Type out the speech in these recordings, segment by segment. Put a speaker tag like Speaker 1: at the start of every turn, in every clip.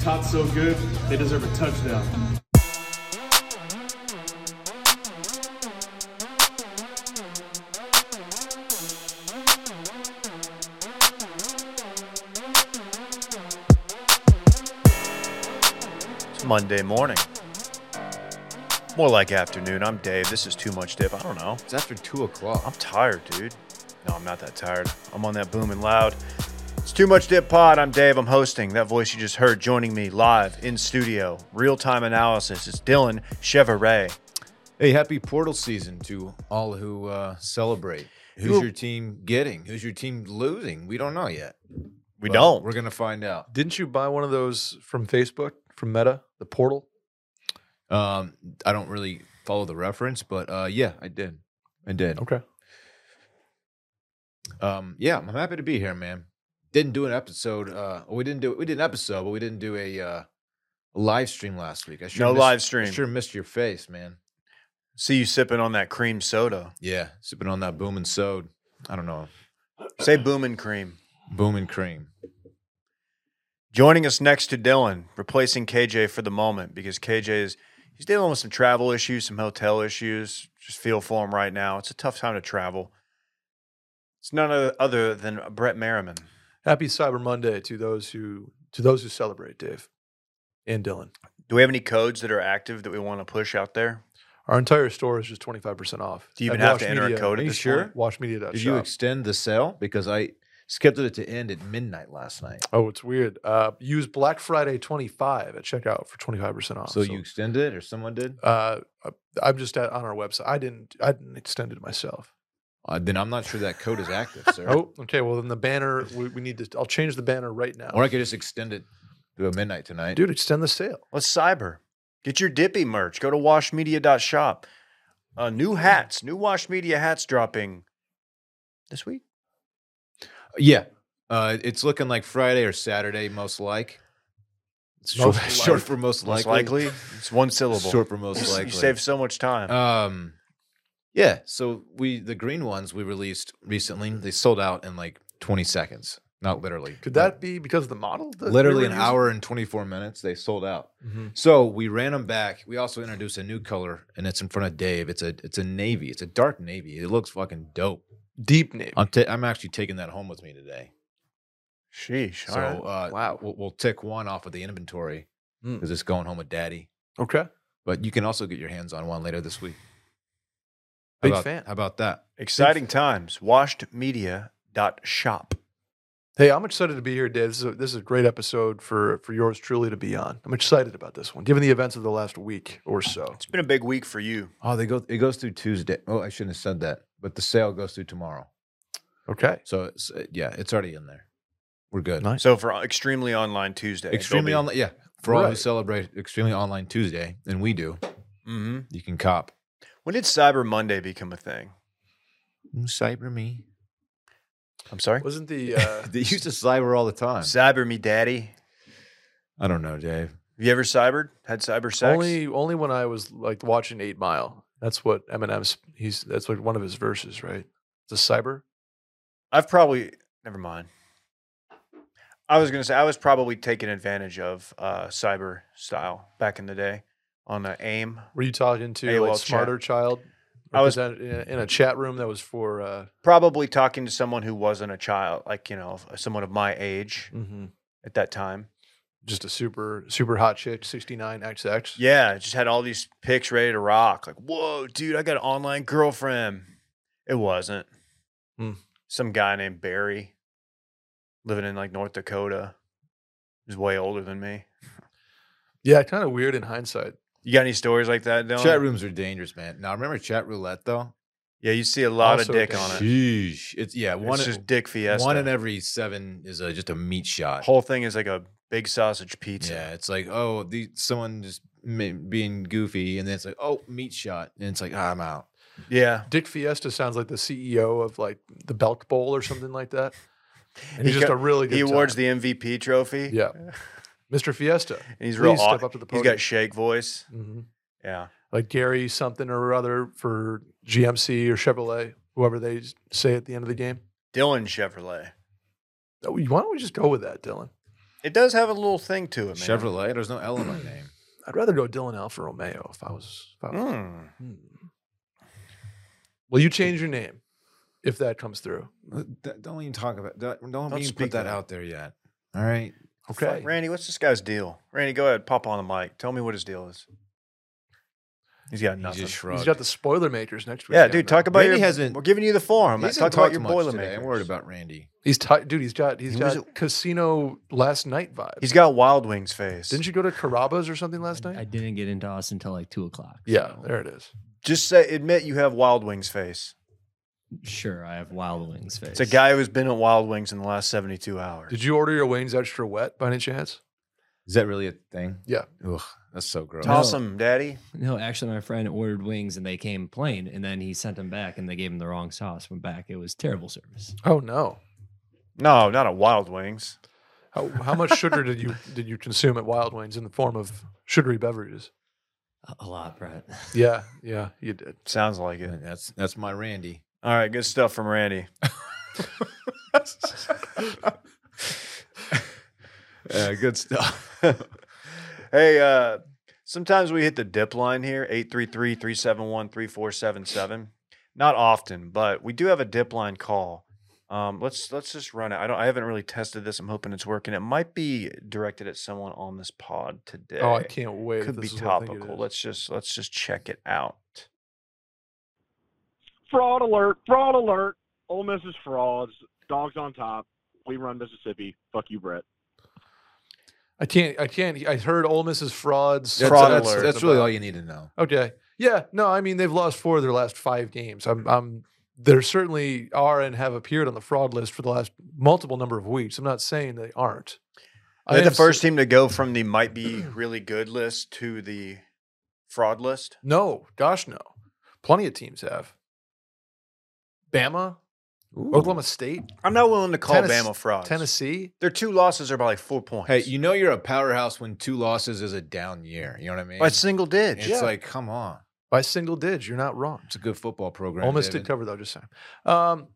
Speaker 1: Top so good, they deserve a touchdown.
Speaker 2: It's Monday morning. More like afternoon. I'm Dave. This is too much dip. I don't know.
Speaker 3: It's after two o'clock.
Speaker 2: I'm tired, dude. No, I'm not that tired. I'm on that booming loud. It's too much dip pod. I'm Dave. I'm hosting. That voice you just heard joining me live in studio. Real time analysis. It's Dylan Chevrolet.
Speaker 3: Hey, happy portal season to all who uh, celebrate. Who's
Speaker 2: Well-
Speaker 3: your team getting? Who's your team losing? We don't know yet.
Speaker 2: We
Speaker 3: but
Speaker 2: don't.
Speaker 3: We're gonna find out.
Speaker 4: Didn't you buy one of those from Facebook, from Meta, the portal?
Speaker 3: Um, I don't really follow the reference, but uh, yeah, I did. I did.
Speaker 4: Okay.
Speaker 3: Um, yeah, I'm happy to be here, man. Didn't do an episode. Uh, we didn't do. We did an episode, but we didn't do a uh, live stream last week. I sure
Speaker 2: No
Speaker 3: missed-
Speaker 2: live
Speaker 3: I
Speaker 2: stream.
Speaker 3: sure missed your face, man.
Speaker 2: See you sipping on that cream soda.
Speaker 3: Yeah, sipping on that boom and sode. I don't know,
Speaker 2: Say booming cream.
Speaker 3: boom and cream.
Speaker 2: Joining us next to Dylan, replacing KJ for the moment because KJ is he's dealing with some travel issues, some hotel issues. Just feel for him right now. It's a tough time to travel. It's none other- other than Brett Merriman.
Speaker 4: Happy Cyber Monday to those who to those who celebrate, Dave and Dylan.
Speaker 2: Do we have any codes that are active that we want to push out there?
Speaker 4: Our entire store is just twenty five percent off.
Speaker 2: Do you even
Speaker 4: at
Speaker 2: have
Speaker 4: Wash
Speaker 2: to enter a
Speaker 4: Media-
Speaker 2: code
Speaker 3: Are
Speaker 2: at
Speaker 3: you
Speaker 2: this
Speaker 3: sure?
Speaker 2: point?
Speaker 4: WashMedia.shop.
Speaker 3: Did you extend the sale? Because I scheduled it to end at midnight last night.
Speaker 4: oh, it's weird. Uh, use Black Friday twenty five at checkout for twenty five percent off.
Speaker 3: Oh, so, you extended it, or someone did?
Speaker 4: Uh, I- I'm just at, on our website. I didn't. I didn't extend it myself.
Speaker 3: Uh, then I'm not sure that code is active, sir.
Speaker 4: Oh, okay. Well, then the banner. We, we need to. I'll change the banner right now.
Speaker 3: Or I could just extend it to midnight tonight.
Speaker 4: dude, extend the sale.
Speaker 2: Let's cyber. Get your Dippy merch. Go to washmedia.shop. Uh,
Speaker 3: Hmm.
Speaker 2: new hats, new Wash Media hats dropping this week.
Speaker 3: Yeah. Uh, it's looking like Friday or Saturday, most like. It's short,
Speaker 4: Most
Speaker 3: short
Speaker 4: like.
Speaker 3: for most likely.
Speaker 2: Most likely, it's one syllable.
Speaker 3: Short for most
Speaker 2: You s-
Speaker 3: likely.
Speaker 2: You save so much time.
Speaker 3: Um, yeah. So we the green ones we released recently. They sold out in like 20 seconds. Not literally.
Speaker 4: Could
Speaker 3: but
Speaker 4: that be because of the model? that we
Speaker 3: literally
Speaker 4: were
Speaker 3: an
Speaker 4: using?
Speaker 3: hour and 24 minutes? They sold out.
Speaker 4: Mhm.
Speaker 3: So we ran them back. We also introduced a new color, and it's in front of Dave. It's a it's a navy. It's a dark navy. It looks fucking dope.
Speaker 4: Deep name.
Speaker 3: I'm ta- I'm actually taking that home with me today.
Speaker 2: Sheesh.
Speaker 3: So
Speaker 2: all right.
Speaker 3: uh, wow, we'll, we'll tick one off of the inventory
Speaker 4: Mm.
Speaker 3: because it's going home with Daddy.
Speaker 4: Okay.
Speaker 3: But you can also get your hands on one later this week.
Speaker 4: Big
Speaker 3: how about,
Speaker 4: fan.
Speaker 3: How about that?
Speaker 2: Exciting times. Washedmedia.shop.
Speaker 4: Hey, I'm excited to be here, Dave. This is a, this is a great episode for for yours truly to be on. I'm excited about this one, given the events of the last week or so.
Speaker 2: It's been a big week for you.
Speaker 3: Oh, they go. It goes through Tuesday. Oh, I shouldn't have said that. But the sale goes through tomorrow.
Speaker 4: Okay.
Speaker 3: So it's, uh, yeah, it's already in there. We're good.
Speaker 4: Nice.
Speaker 2: So for Extremely Online Tuesday.
Speaker 3: Extremely online. Yeah, for all who
Speaker 4: Right.
Speaker 3: celebrate Extremely Online Tuesday, and we do,
Speaker 2: Mm-hmm.
Speaker 3: you can cop.
Speaker 2: When did Cyber Monday become a thing?
Speaker 3: "Mm, Cyber me.
Speaker 2: I'm sorry?
Speaker 4: Wasn't the uh,
Speaker 3: They used to cyber all the time.
Speaker 2: Cyber me daddy.
Speaker 3: I don't know, Dave.
Speaker 2: Have you ever cybered? Had cyber sex?
Speaker 4: only only when I was like watching Eight Mile? That's what Eminem's. He's that's like one of his verses, right? The cyber.
Speaker 2: I've probably never mind. I was gonna say I was probably taken advantage of uh, cyber style back in the day on the aim.
Speaker 4: Were you talking to
Speaker 2: AOL
Speaker 4: like
Speaker 2: chat.
Speaker 4: smarter child?
Speaker 2: I was-
Speaker 4: Represented in a, in a chat room that was for. Uh,
Speaker 2: Probably talking to someone who wasn't a child, like you know, someone of my age at that time.
Speaker 4: mm-hmm, Just a super super hot chick, sixty nine XX.
Speaker 2: Yeah, I just had all these pics ready to rock. Like, whoa, dude, I got an online girlfriend. It wasn't.
Speaker 4: Hmm.
Speaker 2: Some guy named Barry living in like North Dakota. He was way older than me.
Speaker 4: yeah, kind of weird in hindsight.
Speaker 2: You got any stories like that, Dylan?
Speaker 3: Chat rooms are dangerous, man. Now remember chat roulette though.
Speaker 2: Yeah, you see a lot
Speaker 4: Also
Speaker 2: of dick on
Speaker 4: dangerous.
Speaker 2: it.
Speaker 3: Sheesh. It's yeah. One
Speaker 2: it's
Speaker 3: in-
Speaker 2: just dick fiesta.
Speaker 3: one in every seven is a, just a meat shot.
Speaker 2: whole thing is like a big sausage pizza.
Speaker 3: Yeah, it's like oh, the, someone just ma- being goofy, and then it's like oh, meat shot, and it's like ah, I'm out.
Speaker 2: Yeah.
Speaker 4: Dick Fiesta sounds like the CEO of like the Belk Bowl or something like that. And
Speaker 2: He
Speaker 4: he's just
Speaker 2: go-
Speaker 4: a really good.
Speaker 2: He awards
Speaker 4: time.
Speaker 2: the E MVP trophy.
Speaker 4: yeah, Mr. Fiesta.
Speaker 2: And he's real
Speaker 4: Please step
Speaker 2: au-
Speaker 4: up to the
Speaker 2: He's
Speaker 4: podium.
Speaker 2: got shake voice.
Speaker 4: hmm
Speaker 2: Yeah.
Speaker 4: Like Gary something or other for GMC or Chevrolet, whoever they s- say at the end of the game.
Speaker 2: Dylan Chevrolet.
Speaker 4: Oh, Why don't we just go with that, Dylan?
Speaker 2: It does have a little thing to it, man.
Speaker 3: Chevrolet. There's no L in my name.
Speaker 4: I'd rather go Dylan Alfa Romeo if I was. If I was
Speaker 2: Mm.
Speaker 4: Hmm. Will you change your name if that comes through?
Speaker 3: Th- Don't even talk about. Don't, don't,
Speaker 2: Don't
Speaker 3: even
Speaker 2: speak
Speaker 3: put that
Speaker 2: of it.
Speaker 3: out there yet. All right.
Speaker 4: Okay.
Speaker 2: Randy, what's this guy's deal? Randy, go ahead, pop on the mic. Tell me what his deal is. He's got
Speaker 3: He
Speaker 2: nothing.
Speaker 3: just shrugged.
Speaker 4: He's got the Spoilermakers next week.
Speaker 2: yeah, dude, talk about
Speaker 3: Randy
Speaker 2: your.
Speaker 3: hasn't-
Speaker 2: we're giving you the forum.
Speaker 3: He hasn't
Speaker 2: Talk about
Speaker 3: talked
Speaker 2: your
Speaker 3: much today.
Speaker 2: boilermaker.
Speaker 3: I'm worried about Randy.
Speaker 4: He's ti dude. He's got he's
Speaker 2: He was
Speaker 4: got casino last night vibes.
Speaker 2: He's got Wild Wings face.
Speaker 4: Didn't you go to Carrabba's or something last
Speaker 5: I,
Speaker 4: night?
Speaker 5: I didn't get into Austin until like two o'clock.
Speaker 4: yeah,
Speaker 5: so-
Speaker 4: there it is.
Speaker 2: Just say, admit you have Wild Wings face.
Speaker 5: Sure, I have Wild Wings face.
Speaker 2: It's a guy who's been at Wild Wings in the last 72 hours.
Speaker 4: Did you order your wings extra wet by any chance?
Speaker 3: Is that really a thing?
Speaker 4: Yeah.
Speaker 3: Ugh, that's so gross.
Speaker 2: Toss him, Daddy.
Speaker 5: No, actually, my friend ordered wings and they came plain, and then he sent them back, and they gave him the wrong sauce. Went back, it was terrible service.
Speaker 4: Oh no.
Speaker 2: No, not at Wild Wings.
Speaker 4: How, how much sugar did you did you consume at Wild Wings in the form of sugary beverages?
Speaker 5: A, a lot, Brett.
Speaker 4: Yeah, yeah, you did.
Speaker 2: Sounds like it.
Speaker 3: That's that's my Randy.
Speaker 2: All right, good stuff from Randy.
Speaker 3: Yeah, good stuff.
Speaker 2: hey, uh, sometimes we hit the dip line here 833 371 3477. Not often, but we do have a dip line call. Um, let's let's just run it. I don't. I haven't really tested this. I'm hoping it's working. It might be directed at someone on this pod today.
Speaker 4: Oh, I can't wait. if
Speaker 2: Could be
Speaker 4: this is what I think it
Speaker 2: topical.
Speaker 4: is.
Speaker 2: Let's just let's just check it out.
Speaker 6: Fraud alert! Fraud alert! Ole Miss is frauds. Dogs on top. We run Mississippi. Fuck you, Brett.
Speaker 4: I can't. I can't. I heard Ole Miss's frauds.
Speaker 3: That's,
Speaker 2: Fraud
Speaker 3: that's,
Speaker 2: alert.
Speaker 3: that's really all you need to know.
Speaker 4: Okay. Yeah. No, I mean they've lost four of their last five games. I'm. I'm. They certainly are and have appeared on the fraud list for the last multiple number of weeks. I'm not saying they aren't.
Speaker 2: Are they
Speaker 4: am
Speaker 2: the
Speaker 4: s-
Speaker 2: first team to go from the might be really good list to the fraud list?
Speaker 4: No, gosh, no. Plenty of teams have. Bama, Oklahoma State,
Speaker 2: I'm not willing to call
Speaker 4: Tennes-
Speaker 2: Bama frauds.
Speaker 4: Tennessee.
Speaker 2: Their two losses are by like four points.
Speaker 3: Hey, you know you're a powerhouse when two losses is a down year. You know what I mean?
Speaker 2: by single
Speaker 3: it's
Speaker 2: digits.
Speaker 4: yeah.
Speaker 3: like, come on.
Speaker 4: By single digits, you're not wrong.
Speaker 3: It's a good football program.
Speaker 4: Ole Miss did
Speaker 3: David.
Speaker 4: cover though. Just saying. Um,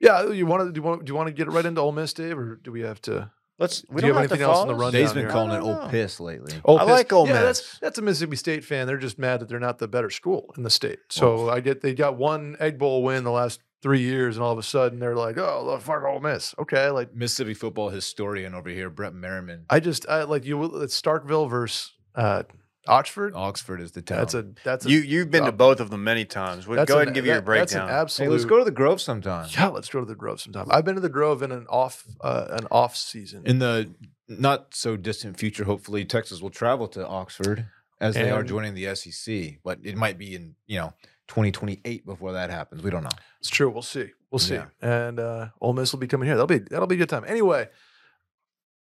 Speaker 4: yeah, you want to do? You want, do you want to get it right into Ole Miss, Dave, or do we have to?
Speaker 2: Let's. We
Speaker 4: Do
Speaker 2: don't
Speaker 4: you have
Speaker 2: have to
Speaker 4: anything else
Speaker 2: follow
Speaker 4: on the
Speaker 2: this?
Speaker 4: rundown
Speaker 3: Dave's
Speaker 4: down
Speaker 3: been
Speaker 4: here.
Speaker 3: calling it
Speaker 2: No, no,
Speaker 3: old
Speaker 2: no.
Speaker 3: piss lately.
Speaker 4: Ole
Speaker 2: I
Speaker 4: Miss-
Speaker 2: like Ole
Speaker 4: yeah,
Speaker 2: Miss.
Speaker 4: That's that's a Mississippi State fan. They're just mad that they're not the better school in the state. So I get they got one Egg Bowl win the last three years, and all of a sudden they're like, oh, look, fuck Ole Miss. Okay, like
Speaker 3: Mississippi football historian over here, Brett Merriman.
Speaker 4: I just I, like you. It's Starkville versus uh, Oxford.
Speaker 3: Oxford is the town.
Speaker 4: That's a that's a,
Speaker 2: You you've been to both of them many times. Well,
Speaker 4: that's
Speaker 2: Go
Speaker 4: an-
Speaker 2: ahead and give you your
Speaker 4: that- That's an
Speaker 2: breakdown.
Speaker 4: absolute.
Speaker 3: hey, let's go to the Grove sometime.
Speaker 4: yeah, let's go to the Grove sometime. I've been to the Grove in an off uh, an off season.
Speaker 3: In the not so distant future, hopefully, Texas will travel to Oxford as they are
Speaker 4: And-
Speaker 3: joining the SEC, but it might be in, you know, 2028 before that happens. We don't know.
Speaker 4: It's true. We'll see. We'll see.
Speaker 3: Yeah.
Speaker 4: And uh, Ole Miss will be coming here. That'll be that'll be a good time. Anyway,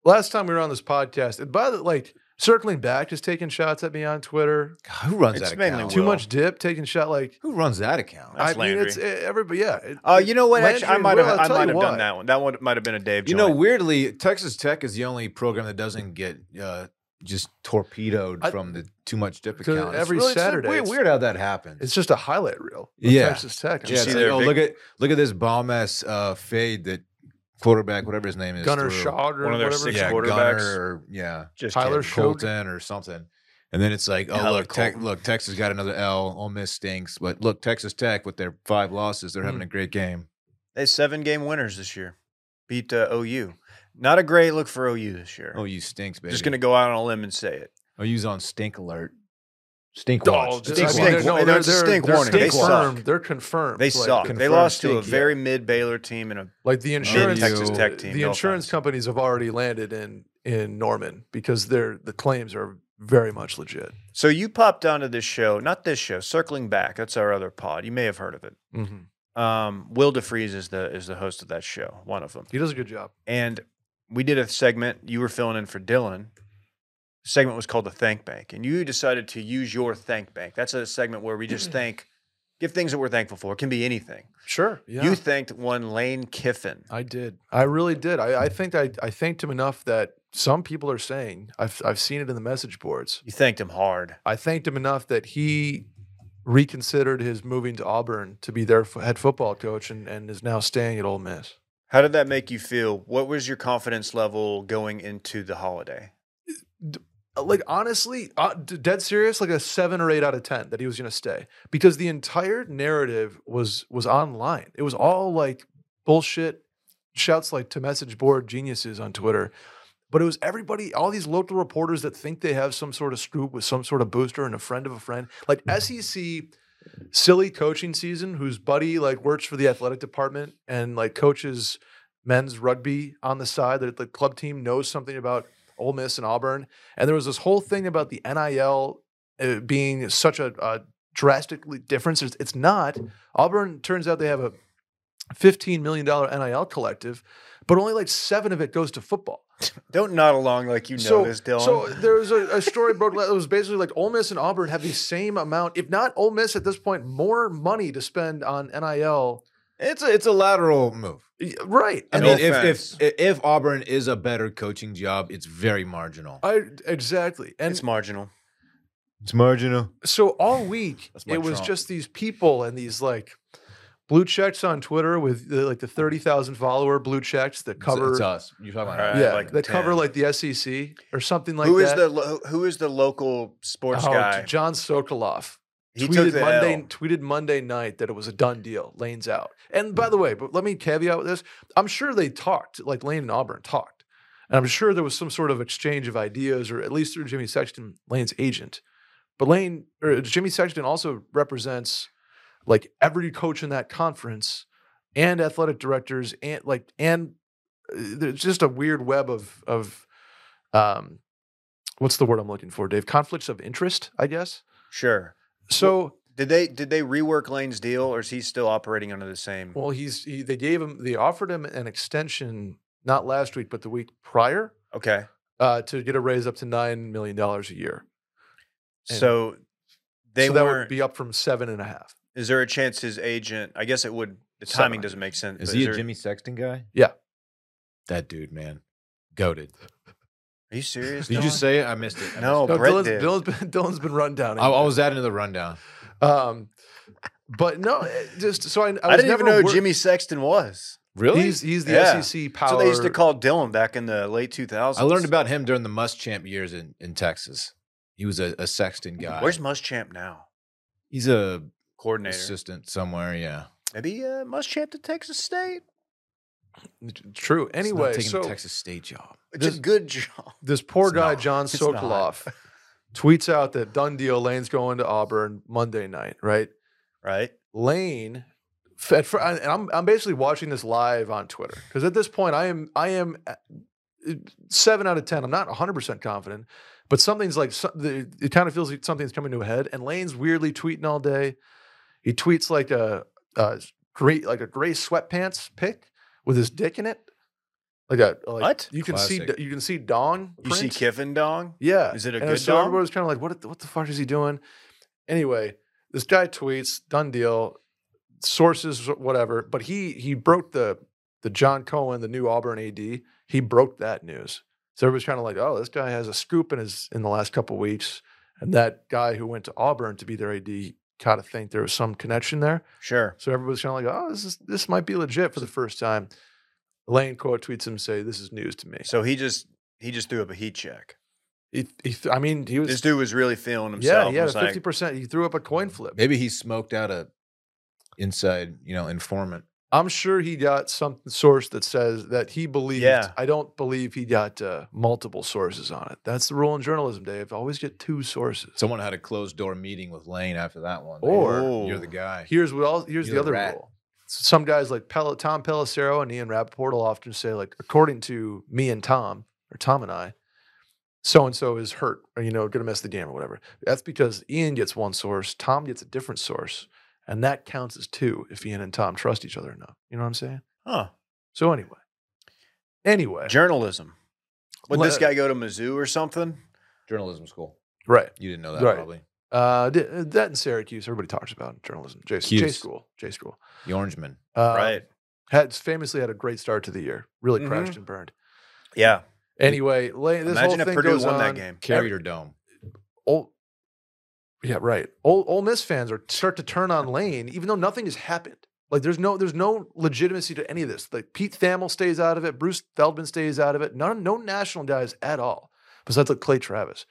Speaker 4: last time we were on this podcast, and by the like, circling back is taking shots at me on Twitter.
Speaker 3: God, who runs
Speaker 2: It's
Speaker 3: that
Speaker 2: mainly
Speaker 3: account?
Speaker 4: Too
Speaker 2: Will.
Speaker 4: much dip, taking shot. Like
Speaker 3: Who runs that account?
Speaker 2: That's
Speaker 4: I mean, it's eh, everybody. Yeah. it-
Speaker 2: Uh, you know what? Actually, I
Speaker 4: Landry
Speaker 2: might have.
Speaker 4: Will, I'll
Speaker 2: I
Speaker 4: tell
Speaker 2: might
Speaker 4: you
Speaker 2: have
Speaker 4: what.
Speaker 2: done that one. That one might have been a Dave.
Speaker 3: You know,
Speaker 2: joint.
Speaker 3: weirdly, Texas Tech is the only program that doesn't get uh, just torpedoed
Speaker 4: I-
Speaker 3: from the too much dip
Speaker 4: Because
Speaker 3: account. It's
Speaker 4: every
Speaker 3: really- it's
Speaker 4: Saturday,
Speaker 3: weird,
Speaker 4: it's-
Speaker 3: weird how that happens.
Speaker 4: It's just a highlight reel. of
Speaker 3: Yeah.
Speaker 4: Texas Tech.
Speaker 3: yeah,
Speaker 2: you
Speaker 3: it's
Speaker 2: see
Speaker 3: like,
Speaker 2: their
Speaker 3: oh,
Speaker 2: big-
Speaker 3: look at look at this bomb ass uh, fade that quarterback, whatever his name is,
Speaker 4: Gunner
Speaker 3: threw.
Speaker 4: Shaw or
Speaker 2: One of their
Speaker 4: whatever.
Speaker 2: six
Speaker 3: yeah,
Speaker 2: quarterbacks.
Speaker 3: Gunner, or, yeah,
Speaker 2: just
Speaker 4: Tyler
Speaker 2: kidding.
Speaker 4: Sh- Showed-
Speaker 3: Colton or something. And then it's like, oh
Speaker 2: Tyler
Speaker 3: look, Tech,
Speaker 2: Colton.
Speaker 3: look, Texas got another L. Ole Miss stinks, but look, Texas Tech with their five losses, they're having a great game.
Speaker 2: They seven game winners this year. Beat uh, OU. Not a great look for OU this year.
Speaker 3: Oh, you stinks, baby.
Speaker 2: Just gonna go out on a limb and say it.
Speaker 3: Oh, you's on stink alert. Stink
Speaker 4: Oh,
Speaker 3: watch.
Speaker 4: just-
Speaker 2: Stink
Speaker 4: I mean, they're-
Speaker 2: watch.
Speaker 4: no,
Speaker 2: They're-
Speaker 4: they're-
Speaker 2: it's a
Speaker 4: they're-
Speaker 2: stink
Speaker 4: they're
Speaker 2: warning. They suck.
Speaker 4: confirmed. They're confirmed.
Speaker 2: They
Speaker 4: Like,
Speaker 2: suck.
Speaker 4: they're-
Speaker 2: They lost to a
Speaker 3: stink, yeah.
Speaker 2: very mid Baylor team and a
Speaker 4: Like the insurance
Speaker 3: Texas Tech
Speaker 2: team,
Speaker 4: The
Speaker 2: no
Speaker 4: insurance
Speaker 2: offense.
Speaker 4: companies have already landed in in Norman because they're the claims are very much legit.
Speaker 2: So you popped onto this show, not this show, circling back. That's our other pod. You may have heard of it.
Speaker 4: Mm-hmm.
Speaker 2: Um, Will DeFries is the is the host of that show, one of them.
Speaker 4: He does a good job.
Speaker 2: And we did a segment. You were filling in for Dylan. The segment was called the Thank Bank, and you decided to use your Thank Bank. That's a segment where we just thank, give things that we're thankful for. It can be anything.
Speaker 4: Sure. Yeah.
Speaker 2: You thanked one Lane Kiffin.
Speaker 4: I did. I really did. I, I think I, I thanked him enough that some people are saying I've I've seen it in the message boards.
Speaker 2: You thanked him hard.
Speaker 4: I thanked him enough that he reconsidered his moving to Auburn to be their f- head football coach and, and is now staying at Ole Miss.
Speaker 2: How did that make you feel? What was your confidence level going into the holiday?
Speaker 4: like honestly, uh, d- dead serious, like a seven or eight out of ten that he was going to stay because the entire narrative was was online. It was all like bullshit shouts like to message board geniuses on Twitter, but it was everybody, all these local reporters that think they have some sort of scoop with some sort of booster and a friend of a friend, like SEC silly coaching season, whose buddy like works for the athletic department and like coaches men's rugby on the side that the club team knows something about Ole Miss and Auburn. And there was this whole thing about the NIL uh, being such a, a drastically difference. It's, it's not. Auburn turns out they have a $15 million NIL collective, but only like seven of it goes to football.
Speaker 2: Don't nod along like you know this, Dylan.
Speaker 4: So there was a, a story broke that was basically like Ole Miss and Auburn have the same amount, if not Ole Miss at this point, more money to spend on NIL.
Speaker 3: It's a it's a lateral move.
Speaker 4: Y- Right.
Speaker 3: I
Speaker 4: And
Speaker 2: No
Speaker 3: mean, if,
Speaker 2: offense.
Speaker 3: if if Auburn is a better coaching job, it's very marginal.
Speaker 4: I exactly. And
Speaker 2: it's marginal.
Speaker 3: It's marginal.
Speaker 4: so all week
Speaker 3: That's my
Speaker 4: it was
Speaker 3: Trump.
Speaker 4: just these people and these like blue checks on Twitter with the, like the thirty thousand follower blue checks that
Speaker 3: It's-
Speaker 4: cover
Speaker 3: It's us. You're talking about
Speaker 2: Alright.
Speaker 3: us.
Speaker 4: yeah
Speaker 2: like
Speaker 4: that cover
Speaker 2: 10.
Speaker 4: like the SEC or something like
Speaker 2: who is
Speaker 4: that.
Speaker 2: the lo- who is the local sports
Speaker 4: Oh,
Speaker 2: guy?
Speaker 4: John Sokoloff
Speaker 2: He took
Speaker 4: tweeted
Speaker 2: the
Speaker 4: Monday
Speaker 2: L.
Speaker 4: tweeted Monday night that it was a done deal. Lane's out. And by the
Speaker 2: Mm-hmm.
Speaker 4: way, but let me caveat with this: I'm sure they talked, like Lane and Auburn talked, and I'm sure there was some sort of exchange of ideas, or at least through Jimmy Sexton, Lane's agent. But Lane or Jimmy Sexton also represents like every coach in that conference, and athletic directors, and like and uh, there's just a weird web of of um, what's the word I'm looking for, Dave? Conflicts of interest, I guess.
Speaker 2: Sure.
Speaker 4: So.
Speaker 2: Did they did they rework Lane's deal, or is he still operating under the same?
Speaker 4: Well, he's he, they gave him they offered him an extension not last week but the week prior
Speaker 2: okay.
Speaker 4: uh, to get a raise up to nine million dollars a year. and-
Speaker 2: So they
Speaker 4: so that
Speaker 2: weren't.
Speaker 4: would be up from seven and a half.
Speaker 2: is there a chance his agent? I guess it would. The
Speaker 4: Seven.
Speaker 2: timing doesn't make sense.
Speaker 3: Is
Speaker 2: but
Speaker 3: he a
Speaker 2: there-
Speaker 3: Jimmy Sexton guy?
Speaker 4: Yeah.
Speaker 3: That dude, man. Goaded.
Speaker 2: Are you serious?
Speaker 3: Did you just
Speaker 2: Dylan?
Speaker 3: say it? I missed it. I missed
Speaker 2: No,
Speaker 3: it.
Speaker 2: Oh, Brett
Speaker 4: Dylan's,
Speaker 2: did.
Speaker 4: Dylan's been, Dylan's been run down.
Speaker 3: I, I was adding to the rundown.
Speaker 4: Um, but no, it just so I, I, was
Speaker 2: I, didn't
Speaker 4: never
Speaker 2: even know who
Speaker 4: wor-
Speaker 2: Jimmy Sexton was.
Speaker 4: He's he's the
Speaker 2: Yeah.
Speaker 4: SEC power.
Speaker 2: So they used to call Dylan back in the late 2000s.
Speaker 3: I learned about him during the Must Champ years in, in Texas. He was a, a Sexton guy.
Speaker 2: Where's Muschamp now?
Speaker 3: He's a
Speaker 2: Coordinator.
Speaker 3: assistant somewhere. Yeah.
Speaker 2: Maybe uh, Muschamp to Texas State.
Speaker 4: True.
Speaker 3: He's not
Speaker 4: Anyway,
Speaker 3: taking
Speaker 4: so
Speaker 3: the Texas State job.
Speaker 2: It's
Speaker 4: This-
Speaker 2: a good job.
Speaker 4: this poor
Speaker 2: It's
Speaker 4: guy
Speaker 2: not.
Speaker 4: John
Speaker 2: It's not.
Speaker 4: Sokoloff tweets out that done deal Lane's going to Auburn Monday night. Right.
Speaker 2: Right?
Speaker 4: Lane. f- At, fir- and I'm I'm basically watching this live on Twitter because at this point I am I am uh, seven out of ten. I'm not 100 percent confident, but something's like so- the- it kind of feels like something's coming to a head. And Lane's weirdly tweeting all day. He tweets like a, a gray like a gray sweatpants pic with his dick in it. Like a like
Speaker 2: What?
Speaker 4: you can
Speaker 3: Classic.
Speaker 4: see you can see dong.
Speaker 2: You see
Speaker 4: print.
Speaker 2: Kiffin Dong?
Speaker 4: Yeah.
Speaker 2: Is it a
Speaker 4: And
Speaker 2: good
Speaker 4: so
Speaker 2: dong?
Speaker 4: everybody's kind of like, what, the- what the fuck is he doing? Anyway, this guy tweets, done deal, sources, whatever. But he he broke the the John Cohen, the new Auburn AD. He broke that news. So everybody's kind of like, oh, this guy has a scoop in his in the last couple weeks. And that guy who went to Auburn to be their AD kind of think there was some connection there.
Speaker 2: Sure.
Speaker 4: So everybody's kind of like, oh, this is this might be legit for the first time. Lane quote tweets him say, this is news to me.
Speaker 2: So he just he just threw up a heat check.
Speaker 4: He, he, I mean, he was
Speaker 2: This dude was really feeling
Speaker 4: yeah,
Speaker 2: himself. Mm.
Speaker 4: he had a
Speaker 2: was like,
Speaker 4: fifty percent. He threw up a coin flip.
Speaker 3: Maybe he smoked out a inside, you know, informant.
Speaker 4: I'm sure he got some source that says that he believed.
Speaker 2: Yeah.
Speaker 4: I don't believe he got uh, multiple sources on it. That's the rule in journalism, Dave. Always get two sources.
Speaker 3: Someone had a closed door meeting with Lane after that one.
Speaker 4: Or-
Speaker 3: You're- you're the guy.
Speaker 4: Here's what. All, here's
Speaker 3: You're
Speaker 4: the
Speaker 3: the
Speaker 4: other
Speaker 3: rat.
Speaker 4: rule. Some guys like Pel- Tom Pelissero and Ian Rappaport will often say, like, according to me and Tom, or Tom and I, so and so is hurt, or you know, gonna miss the game or whatever. That's because Ian gets one source, Tom gets a different source, and that counts as two if Ian and Tom trust each other enough. You know what I'm saying?
Speaker 2: huh.
Speaker 4: So anyway, anyway,
Speaker 2: Journalism. Would this
Speaker 4: Le-
Speaker 2: guy go to Mizzou or something?
Speaker 3: Journalism school.
Speaker 4: right?
Speaker 3: You didn't know that
Speaker 4: Right.
Speaker 3: probably.
Speaker 4: Uh, d- uh, that in Syracuse, everybody talks about journalism. J, J
Speaker 3: Hughes.
Speaker 4: school, J school.
Speaker 3: The Orangeman.
Speaker 4: Uh,
Speaker 2: right.
Speaker 4: Had famously had a great start to the year. Really
Speaker 2: Mhm.
Speaker 4: crashed and burned.
Speaker 2: Yeah.
Speaker 4: Anyway, la- this
Speaker 2: Imagine
Speaker 4: whole
Speaker 2: if
Speaker 4: thing
Speaker 2: Purdue
Speaker 4: goes
Speaker 2: won
Speaker 4: on.
Speaker 2: that game.
Speaker 3: Carrier Dome.
Speaker 4: Ole- yeah, right. Ole, Ole Miss fans are start to turn on Lane, even though nothing has happened. Like there's no there's no legitimacy to any of this. Like Pete Thamel stays out of it, Bruce Feldman stays out of it. None no national guys at all, besides like Clay Travis,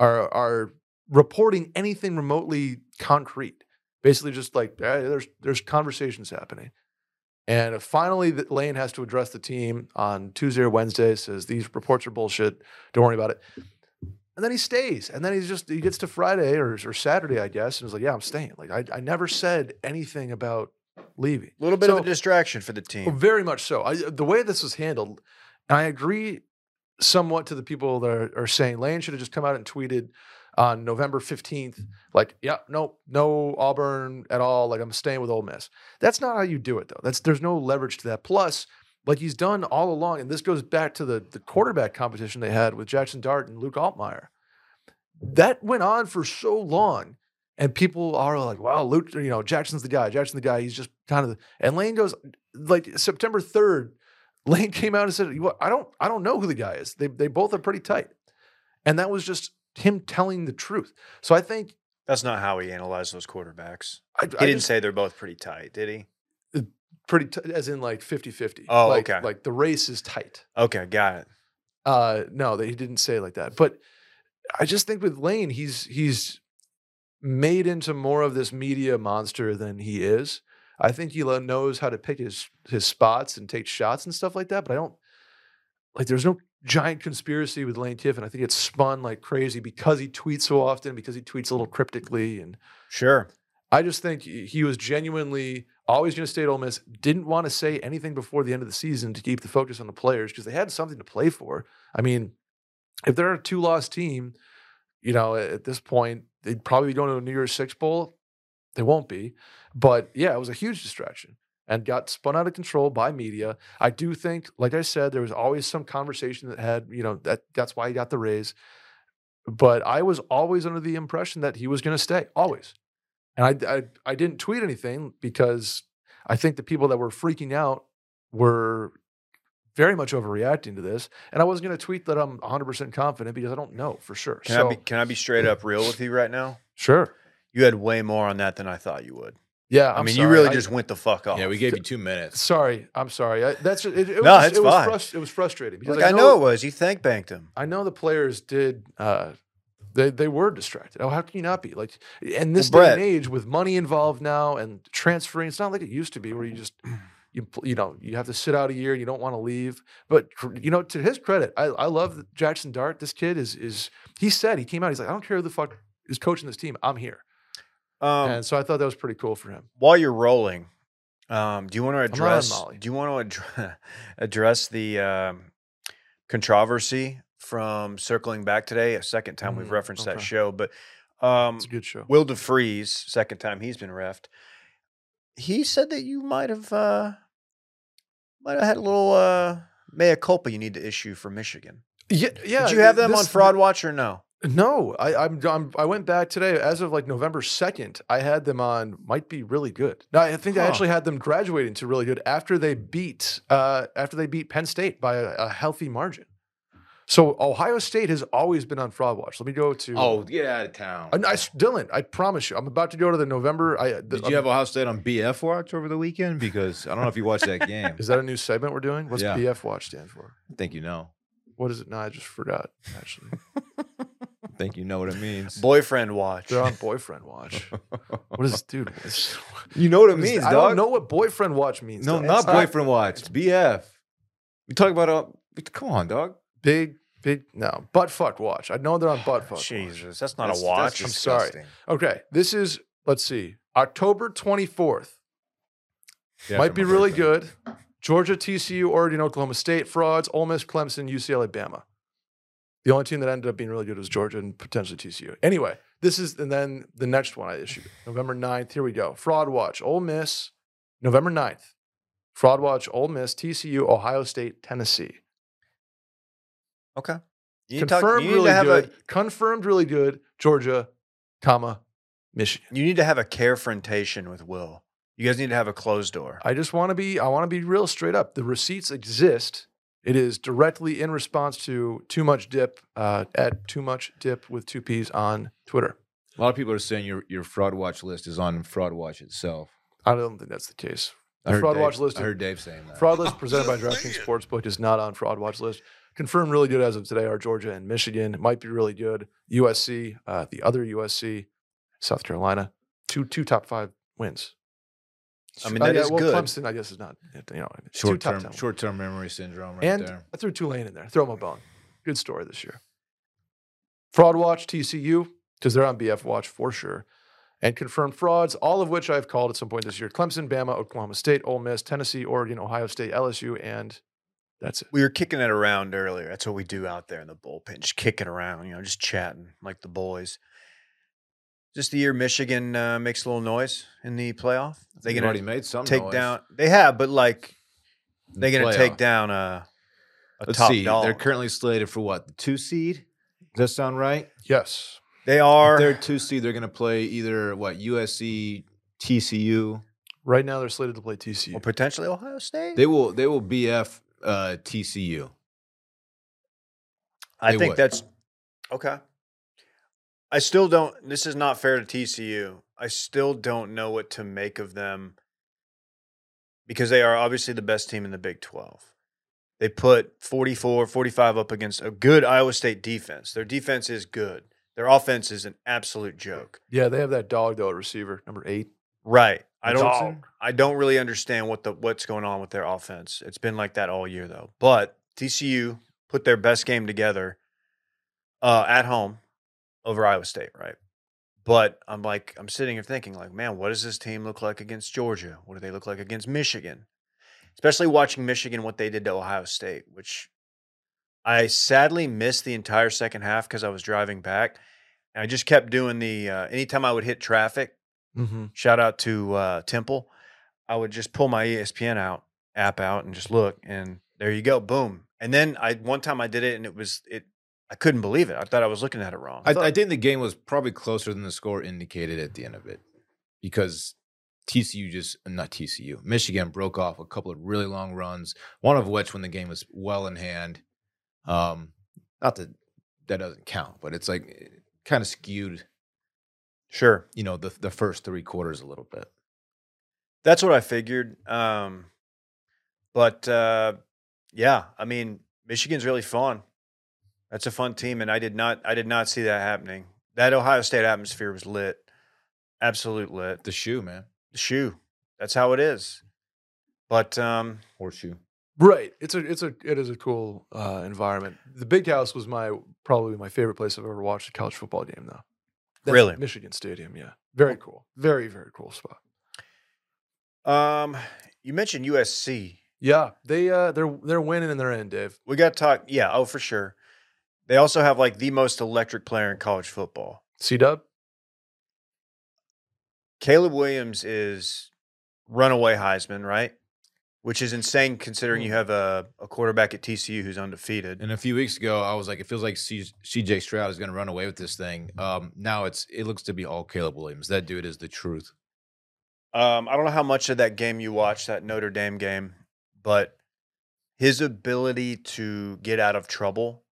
Speaker 4: are are reporting anything remotely concrete. Basically, just like eh, there's there's conversations happening. And if finally, the- Lane has to address the team on Tuesday or Wednesday. Says these reports are bullshit. Don't worry about it. And then he stays. And then he's just he gets to Friday or, or Saturday, I guess, and he's like, "Yeah, I'm staying." Like I, I never said anything about leaving.
Speaker 2: A little bit of
Speaker 4: So-
Speaker 2: a distraction for the
Speaker 4: Oh,
Speaker 2: team.
Speaker 4: Very much so. I, the way this was handled, and I agree somewhat to the people that are, are saying Lane should have just come out and tweeted on November 15th, like, yeah, nope, no Auburn at all. Like, I'm staying with Ole Miss. That's not how you do it, though. That's There's no leverage to that. Plus, like he's done all along, and this goes back to the, the quarterback competition they had with Jackson Dart and Luke Altmaier. That went on for so long. And people are like, wow, Luke, you know, Jackson's the guy. Jackson's the guy. He's just kind of the. And Lane goes, like September 3rd, Lane came out and said, "Well, I don't I don't know who the guy is. They they both are pretty tight." And that was just him telling the truth. So I think
Speaker 2: That's not how he analyzed those quarterbacks.
Speaker 4: I,
Speaker 2: He
Speaker 4: I
Speaker 2: didn't
Speaker 4: just-
Speaker 2: say they're both pretty tight, did he?
Speaker 4: pretty t- as in like 50-50.
Speaker 2: Oh,
Speaker 4: like,
Speaker 2: okay.
Speaker 4: Like the race is tight.
Speaker 2: Okay, got it.
Speaker 4: Uh no, that he didn't say it like that. But I just think with Lane, he's he's made into more of this media monster than he is. I think he lo- knows how to pick his his spots and take shots and stuff like that. But I don't like. There's no giant conspiracy with Lane Kiffin. I think it's spun like crazy because he tweets so often, because he tweets a little cryptically, and
Speaker 2: Sure.
Speaker 4: I just think he he was genuinely always going to stay at Ole Miss. Didn't want to say anything before the end of the season to keep the focus on the players because they had something to play for. I mean, if they're a two-loss team, you know, at at this point they'd probably be going to a New Year's Six bowl. They won't be, but yeah, it was a huge distraction and got spun out of control by media. I do think, like I said, there was always some conversation that had, you know, that that's why he got the raise. But I was always under the impression that he was going to stay, always. And I, I I didn't tweet anything because I think the people that were freaking out were very much overreacting to this, and I wasn't going to tweet that I'm 100 percent confident because I don't know for sure.
Speaker 2: Can
Speaker 4: so
Speaker 2: I be can I be straight up real with you right now?
Speaker 4: sure,
Speaker 2: You had way more on that than I thought you would.
Speaker 4: yeah.
Speaker 2: i
Speaker 4: I'm
Speaker 2: mean, you
Speaker 4: sorry.
Speaker 2: really
Speaker 4: I-
Speaker 2: just went the fuck off.
Speaker 3: Yeah,
Speaker 4: Oh,
Speaker 3: we gave you two minutes.
Speaker 4: sorry. I'm sorry. I, that's it, it, it
Speaker 2: No,
Speaker 4: was,
Speaker 2: it's
Speaker 4: it, was
Speaker 2: fine.
Speaker 4: frus- it was frustrating because
Speaker 2: Like, I know it was. You thank banked him.
Speaker 4: I know the players did. Uh, they they were distracted. Oh, how can you not be like? And this
Speaker 2: Well,
Speaker 4: day and age, with money involved now and transferring, it's not like it used to be where you just you pl- you know you have to sit out a year. You don't want to leave, but cr- you know to his credit, I I love that Jackson Dart. This kid is is he said he came out. He's like I don't care who the fuck is coaching this team. I'm here,
Speaker 2: Um,
Speaker 4: and so I thought that was pretty cool for him.
Speaker 2: while you're rolling, um, do you want to
Speaker 4: on
Speaker 2: address?
Speaker 4: Molly.
Speaker 2: Do you want to address, address the um, controversy from circling back today? A second time we've
Speaker 4: Mm,
Speaker 2: referenced that
Speaker 4: okay.
Speaker 2: show, but um,
Speaker 4: It's a good show.
Speaker 2: Will DeFries, second time he's been refed, he said that you might have uh, might have had a little uh, mea culpa you need to issue for Michigan.
Speaker 4: Yeah, yeah.
Speaker 2: Did you have them on
Speaker 4: this-
Speaker 2: Fraud Watch or no?
Speaker 4: No, I, I'm, I'm I went back today as of like November second. I had them on might be really good. No, I think I
Speaker 2: Huh.
Speaker 4: actually had them graduating to really good after they beat uh, after they beat Penn State by a, a healthy margin. So Ohio State has always been on fraud watch. Let me go to
Speaker 3: Oh, get out of town.
Speaker 4: I, I- Dylan. I promise you, I'm about to go to the November. I the,
Speaker 3: Did you have Ohio State on BF watch over the weekend? Because I don't know if you watched that game.
Speaker 4: Is that a new segment we're doing? What's
Speaker 3: Yeah.
Speaker 4: BF watch stand for?
Speaker 3: I think you know.
Speaker 4: What is it? No, I just forgot. Actually,
Speaker 3: I think you know what it means.
Speaker 2: Boyfriend Watch.
Speaker 4: they're on boyfriend watch. What is dude? what is-
Speaker 3: you know what it
Speaker 4: what is-
Speaker 3: means,
Speaker 4: I
Speaker 3: dog.
Speaker 4: don't know what boyfriend watch means.
Speaker 3: No,
Speaker 4: though.
Speaker 3: not
Speaker 4: It's not-
Speaker 3: boyfriend watch. It's BF. We talk about uh, come on, dog.
Speaker 4: Big, big, no. Butt fuck watch. I know they're on butt fuck. watch.
Speaker 2: Jesus, that's not
Speaker 3: That's-
Speaker 2: a
Speaker 3: that's
Speaker 2: watch.
Speaker 4: I'm sorry.
Speaker 3: disgusting.
Speaker 4: Okay. This is, let's see, October 24th.
Speaker 3: Yeah,
Speaker 4: Might
Speaker 3: for
Speaker 4: be
Speaker 3: my
Speaker 4: really
Speaker 3: birthday.
Speaker 4: good. Georgia, TCU, Oregon, Oklahoma State, frauds, Ole Miss, Clemson, UCLA, Bama. The only team that ended up being really good was Georgia and potentially TCU. Anyway, this is, and then the next one I issued, November 9th. Here we go. Fraud Watch, Ole Miss, November 9th. Fraud Watch, Ole Miss, TCU, Ohio State, Tennessee.
Speaker 2: Okay. You need to talk-
Speaker 4: confirmed
Speaker 2: you need to
Speaker 4: really
Speaker 2: have
Speaker 4: good.
Speaker 2: a
Speaker 4: confirmed really good. Georgia, comma, Michigan.
Speaker 2: you need to have a carefrontation with Will. You guys need to have a closed door.
Speaker 4: I just want to be. I want to be real straight up. The receipts exist. It is directly in response to too much dip uh, at too much dip with two p's on Twitter.
Speaker 3: A lot of people are saying your your fraud watch list is on fraud watch itself.
Speaker 4: I don't think that's the case.
Speaker 3: I heard
Speaker 4: Fraud
Speaker 3: Dave-
Speaker 4: watch list
Speaker 3: I
Speaker 4: is-
Speaker 3: heard Dave saying that.
Speaker 4: Fraud list presented by
Speaker 7: Just
Speaker 4: DraftKings
Speaker 7: saying.
Speaker 4: Sportsbook is not on fraud watch list. Confirmed really good as of today are Georgia and Michigan. It might be really good. USC, uh, the other USC, South Carolina, two two top five wins.
Speaker 2: I mean,
Speaker 4: that
Speaker 2: that
Speaker 4: is
Speaker 2: is good.
Speaker 4: Clemson, I guess, is not you know it's two
Speaker 3: Short
Speaker 4: top
Speaker 3: term,
Speaker 4: ten
Speaker 3: short term memory syndrome, right
Speaker 4: and
Speaker 3: there.
Speaker 4: I threw Tulane in there. Throw them a bone. Good story this year. Fraud Watch, TCU, because they're on BF Watch for sure. And confirmed frauds, all of which I've called at some point this year Clemson, Bama, Oklahoma State, Ole Miss, Tennessee, Oregon, Ohio State, LSU, and that's it.
Speaker 2: We were kicking it around earlier. That's what we do out there in the bullpen, just kicking around, you know, just chatting like the boys. Just the year Michigan uh, makes a little noise in the playoff. They
Speaker 3: They've
Speaker 2: gonna
Speaker 3: already made some
Speaker 2: take
Speaker 3: noise.
Speaker 2: down. They have, but like
Speaker 3: in
Speaker 2: they're
Speaker 3: the
Speaker 2: gonna take
Speaker 3: playoff.
Speaker 2: down a, a
Speaker 3: Let's
Speaker 2: top
Speaker 3: see.
Speaker 2: dog.
Speaker 3: They're currently slated for what? The two seed? Does that sound right?
Speaker 4: Yes.
Speaker 2: they
Speaker 3: If
Speaker 2: are.
Speaker 3: they're two seed, they're going to play either what USC, TCU.
Speaker 4: Right now they're slated to play
Speaker 2: Well,
Speaker 4: TCU.
Speaker 2: potentially Ohio State.
Speaker 3: They will. They will BF uh, TCU.
Speaker 2: I
Speaker 3: they
Speaker 2: think
Speaker 3: would.
Speaker 2: that's okay. I still don't. This is not fair to TCU. I still don't know what to make of them because they are obviously the best team in the Big 12. They put 44, 45 up against a good Iowa State defense. Their defense is good. Their offense is an absolute joke.
Speaker 4: Yeah, they have that dog though, at receiver number eight.
Speaker 2: Right. I don't
Speaker 4: Dog.
Speaker 2: I don't really understand what the what's going on with their offense. It's been like that all year though. But TCU put their best game together uh, at home over Iowa State, right? But I'm like I'm sitting here thinking like, man, what does this team look like against Georgia? What do they look like against Michigan? Especially watching Michigan what they did to Ohio State, which I sadly missed the entire second half because I was driving back. And I just kept doing the uh, anytime I would hit traffic,
Speaker 4: Mm-hmm.
Speaker 2: shout out to uh, Temple. I would just pull my E ESPN out app out and just look, and there you go, boom. And then I one time I did it, and it was it. I couldn't believe it. I thought I was looking at it wrong.
Speaker 3: I, I think the game was probably closer than the score indicated at the end of it, because TCU just not TCU Michigan broke off a couple of really long runs, one of which when the game was well in hand. Um, not that that doesn't count, but it's like eh, kind of skewed,
Speaker 2: sure,
Speaker 3: you know, the the first three quarters a little bit.
Speaker 2: that's what I figured. Um, but uh, yeah, I mean, Michigan's really fun. That's a fun team, and I did not I did not see that happening. That Ohio State atmosphere was lit, absolute lit.
Speaker 3: The shoe, man,
Speaker 2: Shoe, that's how it is. But um,
Speaker 3: horseshoe.
Speaker 4: Right. It's a it's a it is a cool uh, environment. The Big House was my probably my favorite place I've ever watched a college football game though.
Speaker 2: Really?
Speaker 4: Michigan Stadium, yeah. Very cool. Very, very cool spot.
Speaker 2: Um, you mentioned USC.
Speaker 4: Yeah, they uh they're they're winning and they're in, Dave.
Speaker 2: We got to talk. Yeah, oh for sure. They also have like the most electric player in college football.
Speaker 4: C Dub.
Speaker 2: Caleb Williams is runaway Heisman, right? Which is insane considering you have a, a quarterback at TCU who's undefeated.
Speaker 3: And a few weeks ago, I was like, it feels like C- CJ Stroud is going to run away with this thing. Um, now it's it looks to be all Caleb Williams. That dude is the truth.
Speaker 2: Um, I don't know how much of that game you watched, that Notre Dame game, but his ability to get out of trouble,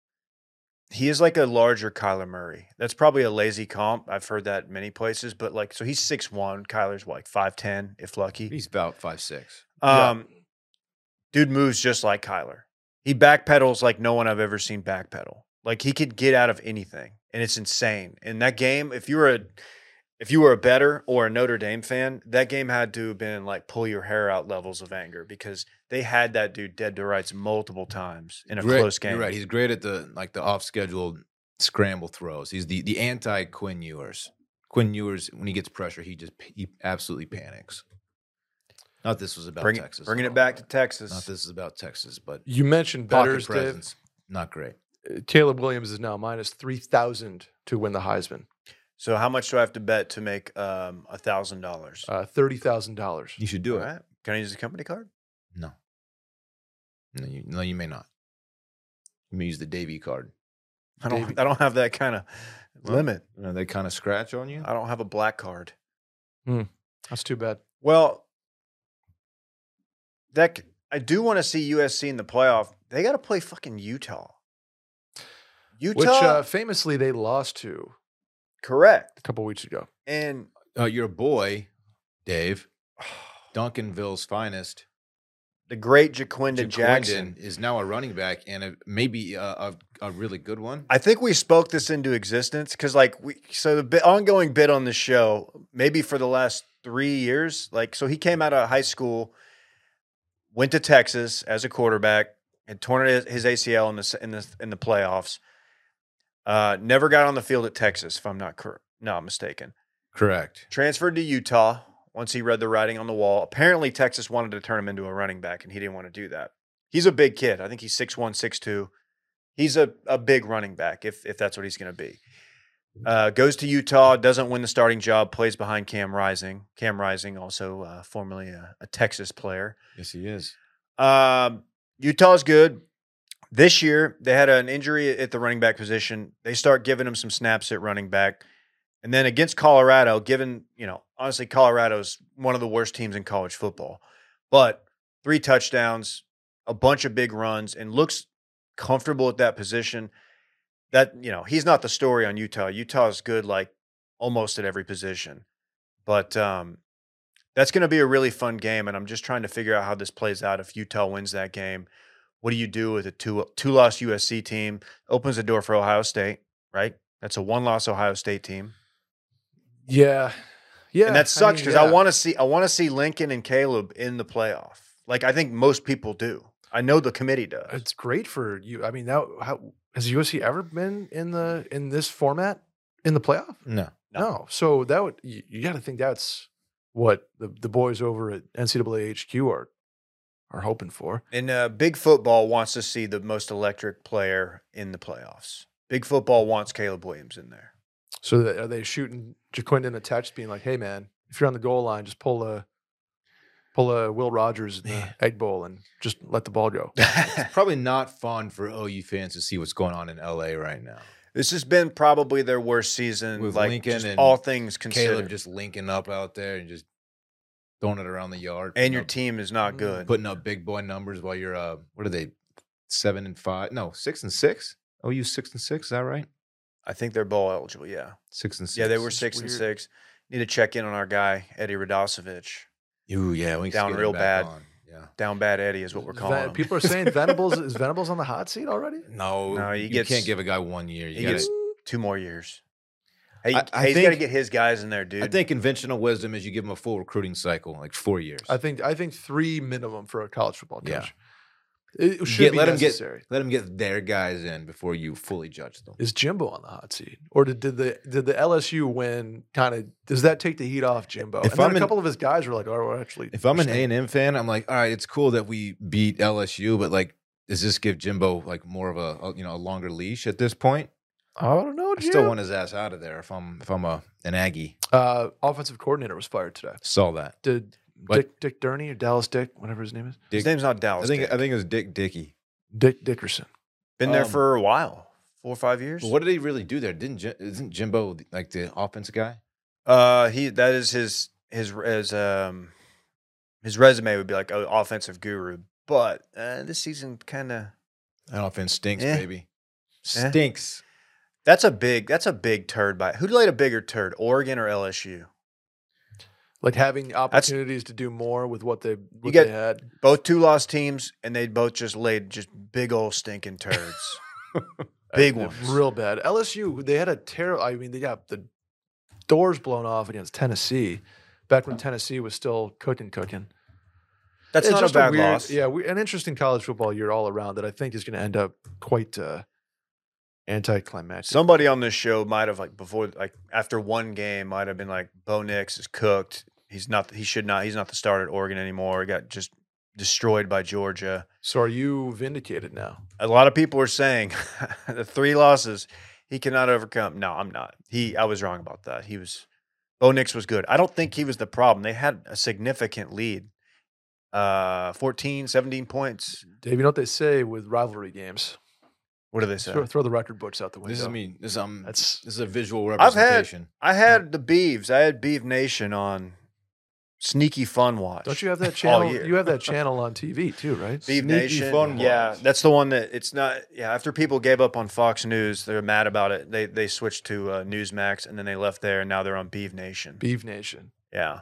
Speaker 2: he is like a larger Kyler Murray. That's probably a lazy comp. I've heard that many places, but like, so he's 6'1. Kyler's what, like 5'10, if lucky.
Speaker 3: He's about five six.
Speaker 4: yeah.
Speaker 2: Um, Dude moves just like Kyler. He backpedals like no one I've ever seen backpedal. Like he could get out of anything, and it's insane. In that game, if you were a if you were a better or a Notre Dame fan, that game had to have been like pull your hair out levels of anger because they had that dude dead to rights multiple times in a
Speaker 3: Great-
Speaker 2: close game.
Speaker 3: You're right. He's great at the like the off schedule scramble throws. He's the the anti Quinn Ewers. Quinn Ewers, when he gets pressure, he just he absolutely panics. Not this was about
Speaker 2: Bring it-
Speaker 3: Texas. at
Speaker 2: bringing
Speaker 3: all.
Speaker 2: it back to Texas.
Speaker 3: Not this is about Texas, but
Speaker 4: You mentioned
Speaker 3: pocket
Speaker 4: betters, Dave.
Speaker 3: presence not great.
Speaker 4: Uh, Caleb Williams is now minus three thousand to win the Heisman.
Speaker 2: So how much do I have to bet to make um a thousand dollars?
Speaker 4: Uh, thirty thousand dollars.
Speaker 3: You should do it.
Speaker 2: Can I use the company card?
Speaker 3: No. No, you no, you may not. You may use the Davy card.
Speaker 2: I don't.
Speaker 4: Davey.
Speaker 2: I don't have that kind of
Speaker 3: Well,
Speaker 2: limit.
Speaker 3: You know, they kind of scratch on you.
Speaker 2: I don't have a black card.
Speaker 4: That's too bad.
Speaker 2: Well, that c- I do want to see USC in the playoff. They got to play fucking Utah. Utah,
Speaker 4: Which uh, famously they lost to
Speaker 2: correct?
Speaker 4: a couple weeks ago.
Speaker 2: And
Speaker 3: Uh, your boy, Dave, Duncanville's finest.
Speaker 2: The great Jaquinda
Speaker 3: Jaquindon
Speaker 2: Jackson.
Speaker 3: is now a running back and a, maybe a, a, a really good one.
Speaker 2: I think we spoke this into existence because, like, we so the bit, ongoing bit on the show, maybe for the last three years, like, so he came out of high school, went to Texas as a quarterback, and torn his his ACL in the s- in the in the playoffs. Uh, never got on the field at Texas, if I'm not cor- not mistaken.
Speaker 3: Correct.
Speaker 2: Transferred to Utah once he read the writing on the wall. Apparently, Texas wanted to turn him into a running back, and he didn't want to do that. He's a big kid. I think he's 6'1, 6'2. He's a, a big running back if, if that's what he's going to be. Uh, goes to Utah, doesn't win the starting job, plays behind Cam Rising. Cam Rising, also uh, formerly a, a Texas player.
Speaker 3: Yes, he is.
Speaker 2: Um, Utah's good. This year, they had an injury at the running back position. They start giving him some snaps at running back. And then against Colorado, given, you know, honestly, Colorado's one of the worst teams in college football. But three touchdowns, a bunch of big runs, and looks comfortable at that position. That, you know, he's not the story on Utah. Utah's good, like almost at every position. But um, that's going to be a really fun game, and I'm just trying to figure out how this plays out. If Utah wins that game, what do you do with a two two loss USC team? Opens the door for Ohio State, right? That's a one loss Ohio State team,
Speaker 4: Yeah. Yeah.
Speaker 2: and that sucks
Speaker 4: mean,
Speaker 2: because I,
Speaker 4: yeah.
Speaker 2: want to see I want to see Lincoln and Caleb in the playoff. Like I think most people do. I know the committee does.
Speaker 4: It's great for you. I mean, that how has USC ever been in the in this format in the playoff?
Speaker 3: No.
Speaker 2: No.
Speaker 4: No. So that would you, you got to think that's what the the boys over at NCAA HQ are are hoping for.
Speaker 2: And uh, Big Football wants to see the most electric player in the playoffs. Big Football wants Caleb Williams in there.
Speaker 4: So that, are they shooting Jaquindon a text being like, "Hey man, if you're on the goal line, just pull a pull a Will Rogers in the Egg Bowl and just let the ball go."
Speaker 3: Probably not fun for OU fans to see what's going on in LA right now.
Speaker 2: This has been probably their worst season,
Speaker 3: With
Speaker 2: like
Speaker 3: Lincoln
Speaker 2: just
Speaker 3: and
Speaker 2: all things considered.
Speaker 3: Caleb just linking up out there and just throwing it around the yard.
Speaker 2: and
Speaker 3: putting
Speaker 2: your
Speaker 3: up-
Speaker 2: team is not good.
Speaker 3: putting up big boy numbers while you're uh what are they? Seven and five. No, six and six. OU six and six, is that right?
Speaker 2: I think they're bowl eligible. Yeah,
Speaker 3: Six and six.
Speaker 2: yeah, they were
Speaker 4: It's
Speaker 2: six and
Speaker 4: weird.
Speaker 2: six. Need to check in on our guy Eddie Radosovich.
Speaker 3: Ooh, yeah, we
Speaker 2: Down
Speaker 3: get him
Speaker 2: real bad.
Speaker 3: back on. Yeah.
Speaker 2: Down bad Eddie is what we're
Speaker 4: Ven-
Speaker 2: calling him.
Speaker 4: people are saying Venables is Venables on the hot seat already.
Speaker 3: No,
Speaker 2: No, he
Speaker 3: you
Speaker 2: gets-
Speaker 3: can't give a guy one year. You
Speaker 2: he
Speaker 3: gotta-
Speaker 2: gets two more years. Hey,
Speaker 3: I- I
Speaker 2: hey, he's got to
Speaker 3: think-
Speaker 2: get his guys in there, dude.
Speaker 3: I think conventional wisdom is you give him a full recruiting cycle, like four years.
Speaker 4: I think I think three minimum for a college football
Speaker 3: Yeah.
Speaker 4: coach. It should
Speaker 3: Get-
Speaker 4: be
Speaker 3: let him get-
Speaker 4: necessary.
Speaker 3: Let them get their guys in before you fully judge them.
Speaker 4: Is Jimbo on the hot seat, or did, did the did the LSU win? Kind of does that take the heat off Jimbo?
Speaker 3: If
Speaker 4: and then
Speaker 3: I'm
Speaker 4: a
Speaker 3: an-
Speaker 4: couple of his guys were like, "Oh, we're actually."
Speaker 3: If I'm an
Speaker 4: we're
Speaker 3: A
Speaker 4: staying."
Speaker 3: and M fan, I'm like, all right, it's cool that we beat LSU, but like, does this give Jimbo like more of a, a you know a longer leash at this point?
Speaker 4: I don't know.
Speaker 3: I
Speaker 4: Jim.
Speaker 3: still want his ass out of there if I'm if I'm a an Aggie.
Speaker 4: Uh, offensive coordinator was fired today.
Speaker 3: Saw that.
Speaker 4: Did
Speaker 3: What?
Speaker 4: Dick Dick Durney or Dallas Dick, whatever his name is,
Speaker 2: his name's not Dallas.
Speaker 3: I think
Speaker 2: Dick.
Speaker 3: I think it was Dick Dickey.
Speaker 4: Dick Dickerson.
Speaker 2: been there
Speaker 3: um,
Speaker 2: for a while, four or five years.
Speaker 3: But what did he really do there? Didn't Jim, isn't Jimbo like the offensive guy?
Speaker 2: Uh, he that is his his his um his resume would be like oh, offensive guru, but uh, this season kind of
Speaker 3: That offense stinks,
Speaker 2: Eh.
Speaker 3: baby. Stinks.
Speaker 2: that's a big that's a big turd by who laid a bigger turd, Oregon or LSU?
Speaker 4: Like having opportunities to do more with what they what
Speaker 2: get-
Speaker 4: they had.
Speaker 2: Both two lost teams, and they both just laid just big old stinking turds, big
Speaker 4: Uh,
Speaker 2: ones.
Speaker 4: real bad. LSU, they had a terrible. I mean, they got the doors blown off against Tennessee, back when Tennessee was still cooking, cooking.
Speaker 2: That's
Speaker 4: It's
Speaker 2: not a
Speaker 4: just
Speaker 2: bad
Speaker 4: weird-
Speaker 2: loss.
Speaker 4: Yeah, we, an interesting college football year all around that I think is going to end up quite uh, anticlimactic.
Speaker 2: Somebody on this show might have like before like after one game might have been like Bo Nix is cooked. He's not. He should not. He's not the starter at Oregon anymore. He got just destroyed by Georgia.
Speaker 4: so are you vindicated now?
Speaker 2: a lot of people are saying the three losses he cannot overcome. No, I'm not. He, I was wrong about that. He was, Bo Nix was good. I don't think he was the problem. They had a significant lead, uh, 14, 17 points.
Speaker 4: Dave, you know what they say with rivalry games?
Speaker 2: What do they say?
Speaker 4: Throw, throw the record books out the window.
Speaker 3: This is me. This um.
Speaker 4: That's
Speaker 3: this is a visual
Speaker 2: I've had-
Speaker 3: representation.
Speaker 2: I had the Beeves. I had Beeve Nation on Sneaky Fun Watch.
Speaker 4: don't you have that channel?
Speaker 2: year.
Speaker 4: You have that channel on TV too, right?
Speaker 2: Beeve
Speaker 3: Sneaky
Speaker 2: Nation.
Speaker 3: Fun
Speaker 2: Yeah,
Speaker 3: Watch.
Speaker 2: that's the one that it's not. Yeah, after people gave up on Fox News, they're mad about it. They they switched to uh, Newsmax and then they left there and now they're on Beeve Nation.
Speaker 4: Beeve Nation.
Speaker 2: Yeah.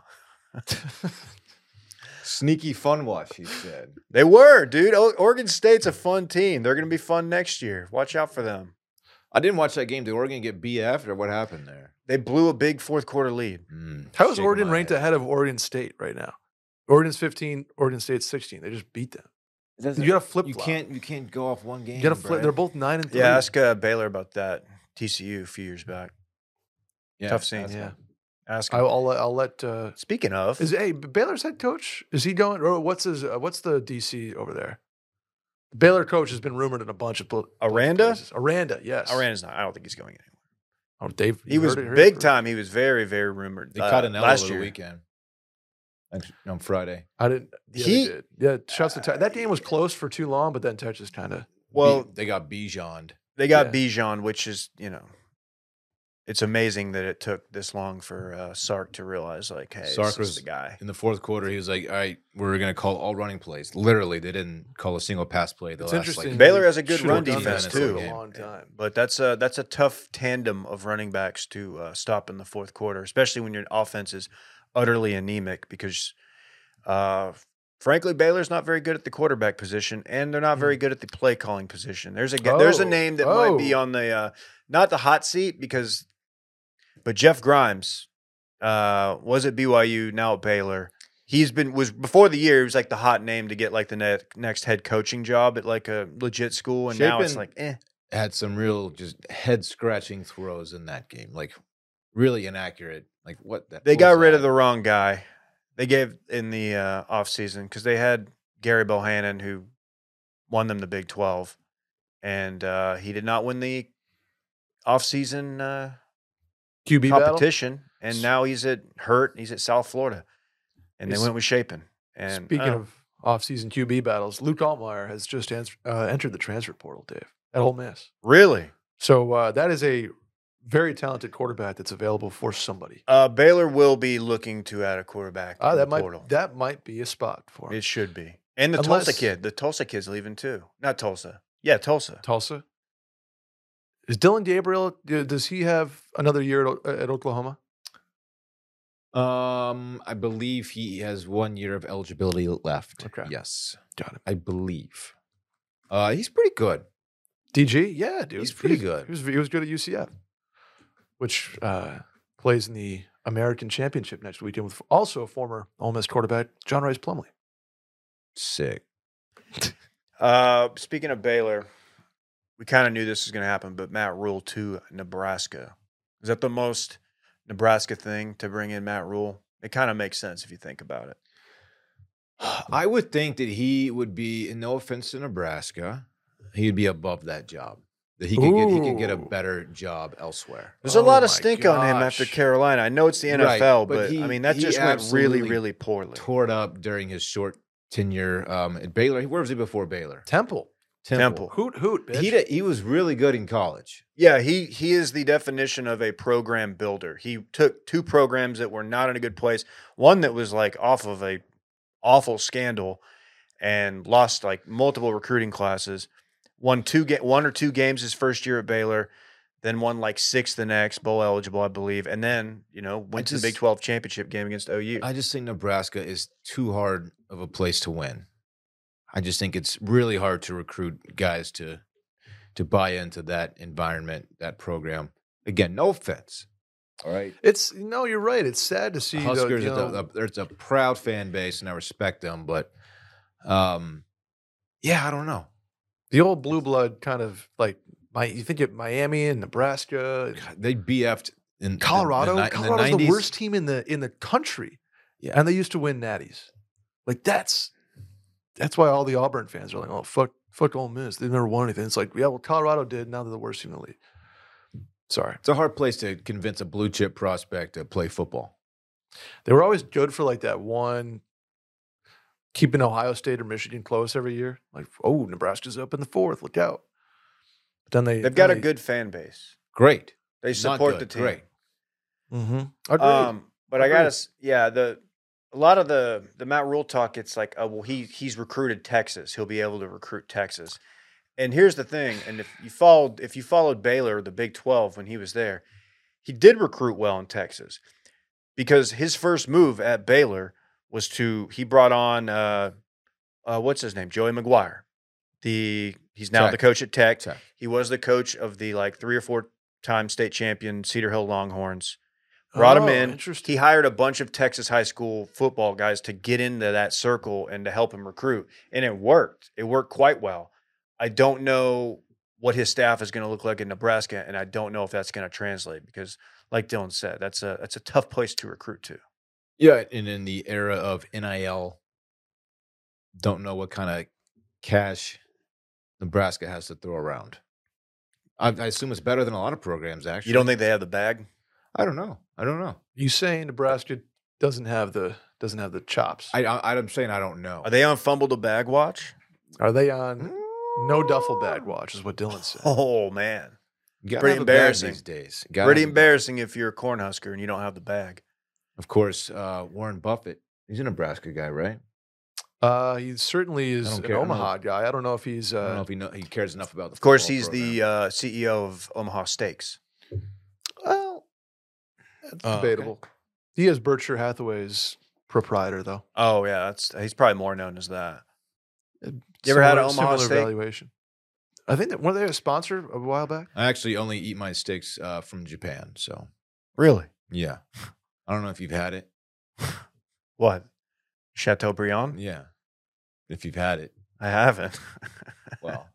Speaker 3: Sneaky fun watch, he said.
Speaker 2: They were, dude. O- Oregon State's a fun team. They're going to be fun next year. Watch out for them.
Speaker 3: I didn't watch that game. Did Oregon get BF or what happened there?
Speaker 2: They blew a big fourth quarter lead.
Speaker 3: Mm,
Speaker 4: How is
Speaker 3: shaking
Speaker 4: Oregon
Speaker 3: my
Speaker 4: ranked
Speaker 3: head.
Speaker 4: ahead of Oregon State right now? Oregon's 15, Oregon State's 16. They just beat them. You got to flip.
Speaker 3: You can't. You can't go off one game.
Speaker 4: You got to flip. They're
Speaker 3: Brad.
Speaker 4: both nine and three.
Speaker 2: Yeah, ask uh, Baylor about that. TCU a few years back.
Speaker 3: Yeah,
Speaker 2: Tough scene.
Speaker 3: that's
Speaker 4: yeah.
Speaker 2: Ask
Speaker 4: I,
Speaker 2: him.
Speaker 4: will let. I'll let. Uh,
Speaker 2: Speaking of,
Speaker 4: is hey Baylor's head coach? Is he going? Or what's his? Uh, what's the DC over there? Baylor coach has been rumored in a bunch of. pl-
Speaker 2: Aranda?
Speaker 4: places. Aranda, yes.
Speaker 2: Aranda's not. I don't think he's going anywhere.
Speaker 4: Oh, Dave.
Speaker 2: He
Speaker 4: you
Speaker 2: was
Speaker 4: heard it here
Speaker 2: big
Speaker 4: first.
Speaker 2: time. He was very, very rumored.
Speaker 3: They
Speaker 2: uh,
Speaker 3: caught an L
Speaker 2: last
Speaker 3: over
Speaker 2: year.
Speaker 3: the weekend. Actually, on Friday.
Speaker 4: I didn't. Yeah, he
Speaker 2: He-
Speaker 4: did. Yeah, shouts to Te- that game was close for too long, but then Texas kind of.
Speaker 2: Well,
Speaker 3: Be- they got Bijan'd.
Speaker 2: they got
Speaker 4: Yeah.
Speaker 2: Bijan, which is you know, it's amazing that it took this long for uh, Sark to realize like, hey,
Speaker 3: Sark
Speaker 2: this
Speaker 3: was-
Speaker 2: is the guy.
Speaker 3: In the fourth quarter, he was like, "All right, we're going to call all running plays." Literally, they didn't call a single pass play. The
Speaker 4: It's
Speaker 3: last,
Speaker 4: interesting.
Speaker 3: Like,
Speaker 2: Baylor has a good
Speaker 4: Should've
Speaker 2: run
Speaker 4: done
Speaker 2: defense
Speaker 4: that
Speaker 2: too.
Speaker 4: for a long time.
Speaker 2: But that's a that's a tough tandem of running backs to uh, stop in the fourth quarter, especially when your offense is utterly anemic. Because, uh, frankly, Baylor's not very good at the quarterback position, and they're not very good at the play calling position. There's a ga- there's a
Speaker 4: Hmm. Oh,
Speaker 2: name that might be
Speaker 4: oh.
Speaker 2: on the uh, not the hot seat because, but Jeff Grimes uh, was at BYU, now at Baylor. He's been was before the year. He was like the hot name to get like the ne- next head coaching job at like a legit school, and now it's
Speaker 3: Shapen-
Speaker 2: like eh.
Speaker 3: had some real just head scratching throws in that game. Like really inaccurate. Like what? The
Speaker 2: They
Speaker 3: what
Speaker 2: got
Speaker 3: was
Speaker 2: rid of
Speaker 3: that?
Speaker 2: the wrong guy. They gave in the uh, offseason because they had Gary Bohannon who won them the Big 12. And uh, he did not win the offseason uh,
Speaker 4: QB battle.
Speaker 2: competition. And now he's at Hurt. He's at South Florida. And they
Speaker 4: Is-
Speaker 2: went with Shapen. And
Speaker 4: Speaking
Speaker 2: uh,
Speaker 4: of off-season QB battles, Luke Altmaier has just ans- uh, entered the transfer portal, Dave, at Ole Miss.
Speaker 2: really,
Speaker 4: So uh, that is a very talented quarterback that's available for somebody.
Speaker 2: uh, Baylor will be looking to add a quarterback.
Speaker 4: Ah,
Speaker 2: in
Speaker 4: that
Speaker 2: the
Speaker 4: might
Speaker 2: portal.
Speaker 4: that might be a spot for him.
Speaker 2: it should be. And the
Speaker 4: Unless-
Speaker 2: Tulsa kid. The Tulsa kid's leaving too. Not Tulsa. Yeah, Tulsa.
Speaker 4: Tulsa. Is Dylan Gabriel? d- Does he have another year at, O- uh, at Oklahoma?
Speaker 3: Um, I believe he has one year of eligibility left.
Speaker 4: Okay.
Speaker 3: Yes,
Speaker 4: Got him.
Speaker 3: I believe. Uh, he's pretty good.
Speaker 4: DG, yeah, dude,
Speaker 3: He's pretty good.
Speaker 4: He was he was good at UCF, which uh, plays in the American Championship next weekend with also former Ole Miss quarterback John Rice Plumley.
Speaker 3: Sick.
Speaker 2: Uh, speaking of Baylor, we kind of knew this was going to happen, but Matt Rule to Nebraska. Is that the most Nebraska thing to bring in Matt Rule? It kind of makes sense if you think about it.
Speaker 4: Uh,
Speaker 3: I would think that he would be, and no offense to Nebraska, he'd be above that job. That he could get he could get a
Speaker 4: Ooh.
Speaker 3: better job elsewhere.
Speaker 2: There's a
Speaker 4: Oh
Speaker 2: lot of
Speaker 4: my
Speaker 2: stink on him after
Speaker 4: gosh.
Speaker 2: Carolina. I know it's the NFL,
Speaker 3: Right,
Speaker 2: but,
Speaker 3: but he-
Speaker 2: I mean that
Speaker 3: he
Speaker 2: just went really,
Speaker 3: absolutely
Speaker 2: really poorly.
Speaker 3: Tore it up during his short tenure um, at Baylor. Where was he before Baylor?
Speaker 4: Temple,
Speaker 2: Temple.
Speaker 4: hoot hoot, bitch.
Speaker 3: He did- he was really good in college.
Speaker 2: Yeah, he he is the definition of a program builder. He took two programs that were not in a good place, one that was like off of a awful scandal and lost like multiple recruiting classes, won two ga- one or two games his first year at Baylor, then won like six the next, bowl eligible, I believe, and then, you know, went to
Speaker 3: just-
Speaker 2: the Big 12 championship game against OU.
Speaker 3: I just think Nebraska is too hard of a place to win. I just think it's really hard to recruit guys to to buy into that environment, that program. Again, no offense. All right.
Speaker 4: It's no, you're right. It's sad to see. the-
Speaker 3: Huskers,
Speaker 4: you
Speaker 3: are the- uh,
Speaker 4: know,
Speaker 3: the- there's a proud fan base, and I respect them. But, um, yeah, I don't know.
Speaker 4: the old blue blood kind of like my you think of Miami and Nebraska,
Speaker 3: God, They BF'd in the- the
Speaker 4: Colorado.
Speaker 3: ni- in the
Speaker 4: Colorado's the,
Speaker 3: 90s.
Speaker 4: worst team in the in the country.
Speaker 3: Yeah.
Speaker 4: And they used to win natties. Like that's that's why all the Auburn fans are like, oh fuck, fuck Ole Miss. They've never won anything. It's like, yeah, well, Colorado did. Now they're the worst team in the league. Sorry.
Speaker 3: It's a hard place to convince a blue chip prospect to play football.
Speaker 4: They were always good for like that one keeping Ohio State or Michigan close every year. Like, oh, Nebraska's up in the fourth. Look out. But then they
Speaker 2: They've got a
Speaker 4: then they-
Speaker 2: good fan base.
Speaker 3: Great.
Speaker 2: They
Speaker 3: Not
Speaker 2: support the
Speaker 3: good,
Speaker 2: team.
Speaker 3: Great.
Speaker 4: Mhm. Agreed.
Speaker 2: Um, but I
Speaker 4: Agreed.
Speaker 2: gotta, s- yeah, the a lot of the the Matt Rule talk, it's like, oh well, he he's recruited Texas, he'll be able to recruit Texas. And here's the thing, and if you followed if you followed Baylor, the Big Twelve when he was there, he did recruit well in Texas because his first move at Baylor was to he brought on uh, uh, what's his name Joey McGuire. The he's now the
Speaker 3: Tech.
Speaker 2: coach at Tech.
Speaker 3: Tech.
Speaker 2: He was the coach of the like three or four time state champion Cedar Hill Longhorns. Brought
Speaker 4: Oh,
Speaker 2: him in.
Speaker 4: Interesting.
Speaker 2: He hired a bunch of Texas high school football guys to get into that circle and to help him recruit, and it worked. It worked quite well. I don't know what his staff is going to look like in Nebraska, and I don't know if that's going to translate because, like Dylan said, that's a that's a tough place to recruit to.
Speaker 3: Yeah, and in the era of NIL, don't know what kind of cash Nebraska has to throw around. I, I assume it's better than a lot of programs. Actually,
Speaker 2: You don't think they have the bag?
Speaker 3: I don't know. I don't know.
Speaker 4: you saying Nebraska doesn't have the doesn't have the chops?
Speaker 3: I, I I'm saying I don't know.
Speaker 2: Are they on fumbled a bag watch?
Speaker 4: Are they on no duffel
Speaker 3: Mm.
Speaker 4: bag watch? Is what Dylan said.
Speaker 2: Oh man,
Speaker 3: You Mm, gotta
Speaker 2: Pretty
Speaker 3: have a bag
Speaker 2: embarrassing.
Speaker 3: these days. You gotta
Speaker 2: pretty
Speaker 3: have a bag.
Speaker 2: embarrassing if you're a cornhusker and you don't have the bag.
Speaker 3: Of course, uh, Warren Buffett. He's a Nebraska guy, right?
Speaker 4: Uh, he certainly is
Speaker 3: don't
Speaker 4: an
Speaker 3: care. I don't know.
Speaker 4: Omaha guy. I don't know if he's.
Speaker 3: I don't know
Speaker 4: Uh,
Speaker 3: if he know, he cares enough about the.
Speaker 2: Of course,
Speaker 3: football
Speaker 2: he's the
Speaker 3: program.
Speaker 2: uh, CEO of Omaha Steaks.
Speaker 4: well, that's
Speaker 3: Uh, okay.
Speaker 4: debatable. He is Berkshire Hathaway's proprietor, though.
Speaker 2: Oh yeah, that's he's probably more known as that.
Speaker 4: Uh,
Speaker 2: You ever had an
Speaker 4: Similar-
Speaker 2: Omaha
Speaker 4: similar
Speaker 2: steak?
Speaker 4: valuation? I think that were they a sponsor a while back?
Speaker 3: I actually only eat my steaks uh, from Japan. So
Speaker 2: Really?
Speaker 3: yeah, I don't know if you've had it.
Speaker 2: What? Chateaubriand?
Speaker 3: Yeah, if you've had it,
Speaker 2: I haven't.
Speaker 3: well,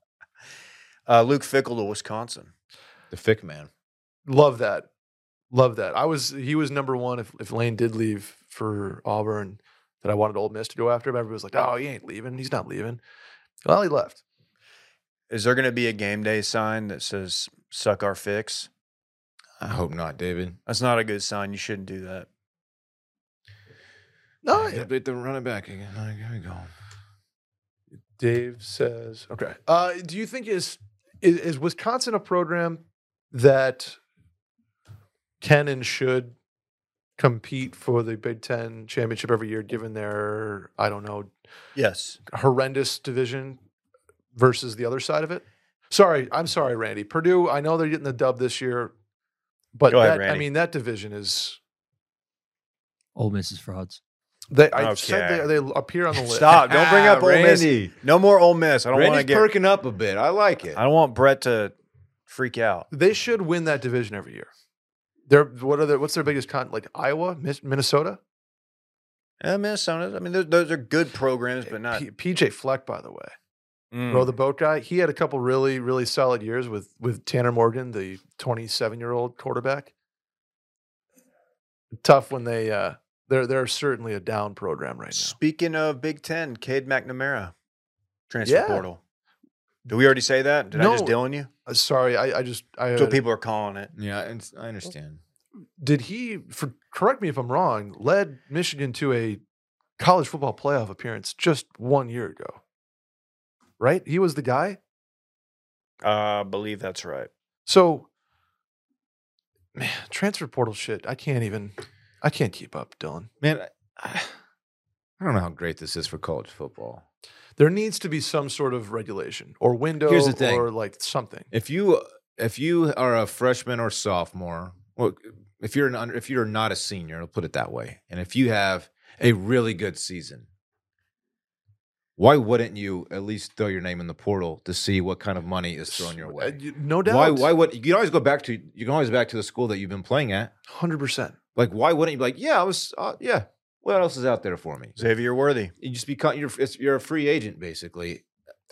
Speaker 2: uh, Luke Fickle to Wisconsin.
Speaker 3: the thick man.
Speaker 4: Love that, love that. I was he was number one. If if Lane did leave for Auburn, that I wanted Ole Miss to go after him. Everybody was like, "Oh, he ain't leaving. He's not leaving." Well, he left.
Speaker 2: Is there going to be a game day sign that says "suck our fix"?
Speaker 3: I hope not, David.
Speaker 2: That's not a good sign. You shouldn't do that.
Speaker 4: No,
Speaker 3: yeah. but the running back again. All right, Here we go.
Speaker 4: Dave says, "Okay. Uh, do you think is, is is Wisconsin a program that can and should compete for the Big Ten championship every year, given their I don't know
Speaker 2: Yes.
Speaker 4: horrendous division versus the other side of it? Sorry, I'm sorry, Randy. Purdue. I know they're getting the dub this year, but
Speaker 2: Go ahead,
Speaker 4: that, I
Speaker 2: Randy.
Speaker 4: mean that division is.
Speaker 5: Ole Miss's frauds.
Speaker 4: They, I said
Speaker 2: Okay.
Speaker 4: they, they appear on the list.
Speaker 2: Stop! Don't bring up
Speaker 3: Ah,
Speaker 2: Ole Miss.
Speaker 3: Randy.
Speaker 2: No more Ole Miss. I don't want to
Speaker 3: Randy's
Speaker 2: get.
Speaker 3: perking up a bit. I like it.
Speaker 2: I don't want Brett to freak out.
Speaker 4: They should win that division every year. They're what are their what's their biggest con like Iowa, Mis- Minnesota?
Speaker 2: Eh, Minnesota. I mean, those, those are good programs, but not.
Speaker 4: P- PJ Fleck, by the way.
Speaker 2: Mm.
Speaker 4: Row the boat guy. He had a couple really, really solid years with with Tanner Morgan, the 27 year old quarterback. Tough when they uh they're they're certainly a down program right now.
Speaker 2: Speaking of Big Ten, Cade McNamara, transfer
Speaker 4: Yeah.
Speaker 2: portal. Do we already say that? Did I just
Speaker 4: No.
Speaker 2: Dylan you?
Speaker 4: Uh, sorry, I, I just I
Speaker 2: That's what
Speaker 4: uh,
Speaker 2: people are calling it.
Speaker 3: yeah, it's, I understand.
Speaker 4: did he for correct me if I'm wrong, led Michigan to a college football playoff appearance just one year ago. Right? He was the guy.
Speaker 2: I believe that's right.
Speaker 4: So, man, transfer portal shit. I can't even. I can't keep up, Dylan.
Speaker 3: Man, I, I- I don't know how great this is for college football.
Speaker 4: There needs to be some sort of regulation or window
Speaker 3: Here's the thing.
Speaker 4: or like something.
Speaker 3: If you uh, if you are a freshman or sophomore, well, if you're an under, if you're not a senior, I'll put it that way, and if you have a really good season, why wouldn't you at least throw your name in the portal to see what kind of money is thrown your
Speaker 4: Uh,
Speaker 3: way?
Speaker 4: you- No doubt.
Speaker 3: Why? Why would you can always go back to you can always back to the school that you've been playing at?
Speaker 4: Hundred percent.
Speaker 3: Like, why wouldn't you be like, yeah, I was, uh, yeah. What else is out there for me?
Speaker 2: Xavier Worthy.
Speaker 3: You just become you're it's, you're a free agent basically.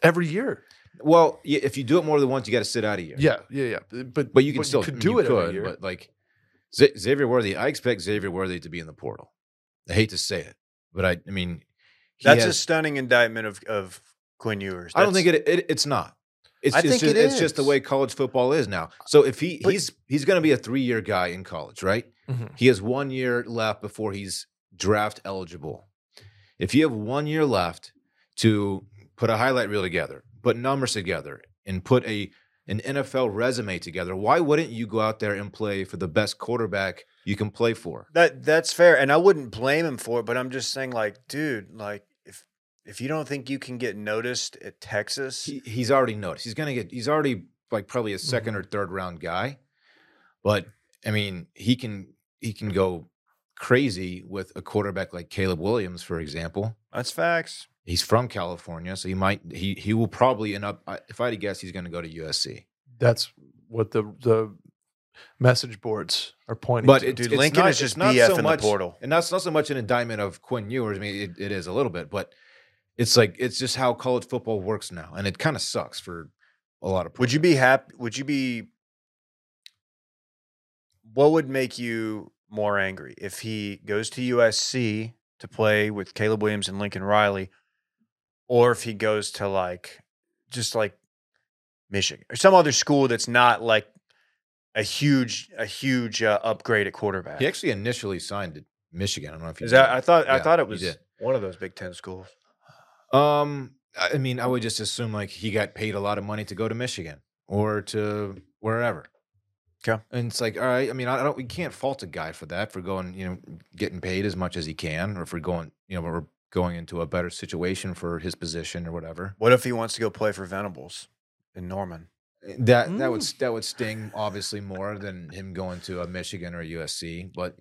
Speaker 4: Every year.
Speaker 3: Well, y- if you do it more than once, you got to sit out a year.
Speaker 4: Yeah. Yeah. Yeah. But
Speaker 3: but you can
Speaker 4: but
Speaker 3: still
Speaker 4: could
Speaker 3: you
Speaker 4: do it every
Speaker 3: could,
Speaker 4: year.
Speaker 3: But like Z- Xavier Worthy, I expect Xavier Worthy to be in the portal. I hate to say it, but I, I mean, he
Speaker 2: That's a
Speaker 3: has-
Speaker 2: stunning indictment of, of Quinn Ewers.
Speaker 3: I don't
Speaker 2: That's-
Speaker 3: think it, it it's not. It's,
Speaker 2: I
Speaker 3: it's
Speaker 2: think
Speaker 3: just,
Speaker 2: it
Speaker 3: it's just the
Speaker 2: is.
Speaker 3: way college football is now. So if he
Speaker 4: But-
Speaker 3: he's he's going to be a three year guy in college, right?
Speaker 4: Mhm.
Speaker 3: He has one year left before he's draft eligible. If you have one year left to put a highlight reel together, put numbers together, and put a an NFL resume together, why wouldn't you go out there and play for the best quarterback you can play for?
Speaker 2: that that's fair, and I wouldn't blame him for it. But I'm just saying, like, dude, like if if you don't think you can get noticed at Texas,
Speaker 3: He, he's already noticed. He's gonna get. He's already like probably a 2nd or third round guy, but I mean, he can he can go crazy with a quarterback like Caleb Williams, for example.
Speaker 2: That's facts.
Speaker 3: He's from California, so he might he he will probably end up. I- If I had to guess, he's going to go to USC.
Speaker 4: That's what the the message boards are pointing.
Speaker 3: But
Speaker 4: to.
Speaker 3: it,
Speaker 2: Dude,
Speaker 3: it's
Speaker 2: Lincoln
Speaker 3: not-
Speaker 2: is just
Speaker 3: it's not
Speaker 2: BF
Speaker 3: so
Speaker 2: in
Speaker 3: much,
Speaker 2: the portal.
Speaker 3: and that's not so much an indictment of Quinn Ewers. I mean, it, it is a little bit, but it's like it's just how college football works now, and it kind of sucks for a lot of.
Speaker 2: Would you be happy? Would you be? What would make you more angry if he goes to USC to play with Caleb Williams and Lincoln Riley, or if he goes to like just like Michigan or some other school that's not like a huge a huge uh, upgrade at quarterback?
Speaker 3: He actually initially signed at Michigan. I don't know if you
Speaker 2: Is that I thought I
Speaker 3: Yeah,
Speaker 2: thought it
Speaker 3: he
Speaker 2: was
Speaker 3: did.
Speaker 2: one of those Big Ten schools.
Speaker 3: Um, I I mean, I would just assume like he got paid a lot of money to go to Michigan or to wherever.
Speaker 2: Okay.
Speaker 3: and it's like, all right. I mean, I I don't. We can't fault a guy for that for going, you know, getting paid as much as he can, or for going, you know, or going into a better situation for his position or whatever.
Speaker 2: What if he wants to go play for Venables in Norman?
Speaker 3: Eh, That that would that would sting obviously more than him going to a Michigan or USC, but.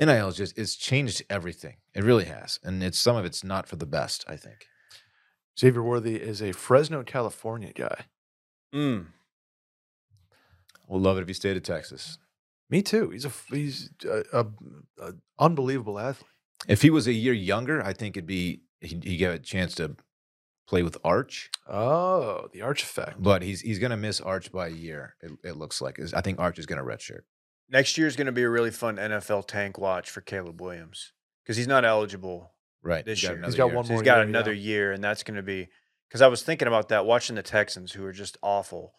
Speaker 3: NIL is just it's changed everything. It really has. And it's some of it's not for the best, I think.
Speaker 4: Xavier Worthy is a Fresno, California guy.
Speaker 2: Mm.
Speaker 3: We'll love it if you stayed at Texas.
Speaker 4: Me too. He's a f- he's a, a, a unbelievable athlete.
Speaker 3: If he was a year younger, I think it'd be he he got a chance to play with Arch,
Speaker 4: Oh, the arch effect.
Speaker 3: but he's he's gonna miss Arch by a year. It, it looks like Is- I think Arch is gonna redshirt.
Speaker 2: next year is going to be a really fun NFL tank watch for Caleb Williams because he's not eligible.
Speaker 3: Right
Speaker 2: This
Speaker 3: got
Speaker 2: year.
Speaker 3: another
Speaker 4: He's got
Speaker 3: year.
Speaker 4: one
Speaker 2: So
Speaker 4: more
Speaker 2: he's got
Speaker 4: year, yeah.
Speaker 2: another year, and that's going to be because I was thinking about that watching the Texans who are just awful.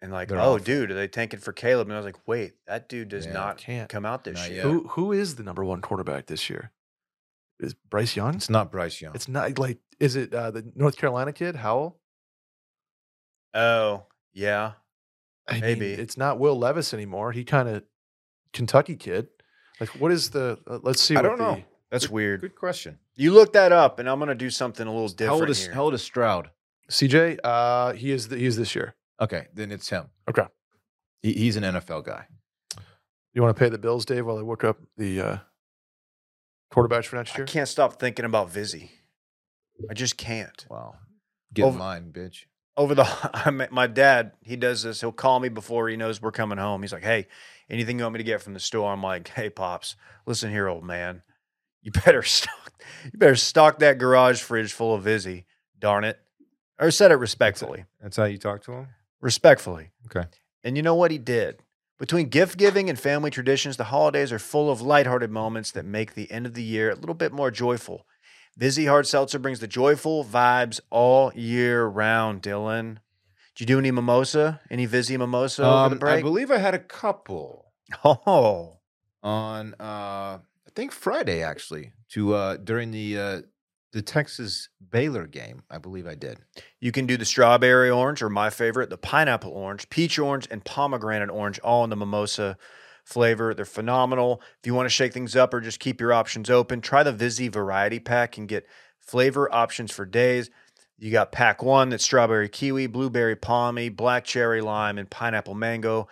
Speaker 2: And like,
Speaker 3: They're
Speaker 2: oh,
Speaker 3: awful.
Speaker 2: dude, are they tanking for Caleb? And I was like, wait, that dude does
Speaker 3: Yeah,
Speaker 2: not
Speaker 4: can't.
Speaker 2: come out this
Speaker 3: Not
Speaker 2: year.
Speaker 3: yet.
Speaker 4: Who who is the number one quarterback this year? Is Bryce Young?
Speaker 3: It's not Bryce Young.
Speaker 4: It's not like is it uh, the North Carolina kid Howell?
Speaker 2: Oh, yeah.
Speaker 4: I mean,
Speaker 2: Maybe.
Speaker 4: it's not Will Levis anymore. He kind of Kentucky kid. Like what is the? Uh, let's see.
Speaker 3: I
Speaker 4: what
Speaker 3: don't know.
Speaker 4: the-
Speaker 2: That's weird.
Speaker 3: Good question.
Speaker 2: You look that up, and I'm going to do something a little different.
Speaker 3: how old is
Speaker 2: here.
Speaker 3: how old is Stroud?
Speaker 4: CJ, uh, he is the, he is this year.
Speaker 3: Okay, then it's him.
Speaker 4: Okay.
Speaker 3: He, he's an NFL guy.
Speaker 4: You want to pay the bills, Dave, while I look up the uh, quarterbacks for next
Speaker 2: I
Speaker 4: year?
Speaker 2: can't stop thinking about Vizzy. I just can't.
Speaker 3: Wow. Get
Speaker 2: Over-
Speaker 3: in line, bitch.
Speaker 2: over the I met my dad he does this he'll call me before he knows we're coming home he's like hey anything you want me to get from the store i'm like hey pops listen here old man you better stock you better stock that garage fridge full of Vizzy. darn it or said it respectfully
Speaker 3: That's how you talk to him.
Speaker 2: respectfully
Speaker 3: Okay.
Speaker 2: and you know what he did between gift giving and family traditions the holidays are full of lighthearted moments that make the end of the year a little bit more joyful Vizzy Hard Seltzer brings the joyful vibes all year round, Dylan. Did you do any mimosa? Any Vizzy mimosa over the
Speaker 3: Um, I
Speaker 2: break?
Speaker 3: believe I had a couple.
Speaker 2: oh,
Speaker 3: on uh I think Friday actually to uh during the uh the Texas Baylor game. I believe I did.
Speaker 2: you can do the strawberry orange or my favorite, the pineapple orange, peach orange, and pomegranate orange, all in the mimosa flavor. They're phenomenal. If you want to shake things up or just keep your options open, try the Vizzy variety pack and get flavor options for days. You got pack one that's strawberry kiwi, blueberry palmy, black cherry lime, and pineapple mango.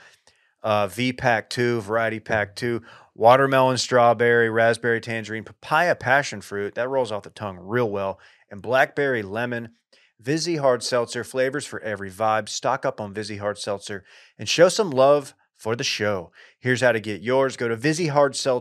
Speaker 2: uh, V Pack 2, Variety Pack 2, watermelon, strawberry, raspberry, tangerine, papaya, passion fruit. That rolls off the tongue real well. And blackberry, lemon. Vizzy Hard Seltzer, flavors for every vibe. Stock up on Vizzy Hard Seltzer and show some love for the show. Here's how to get yours. Go to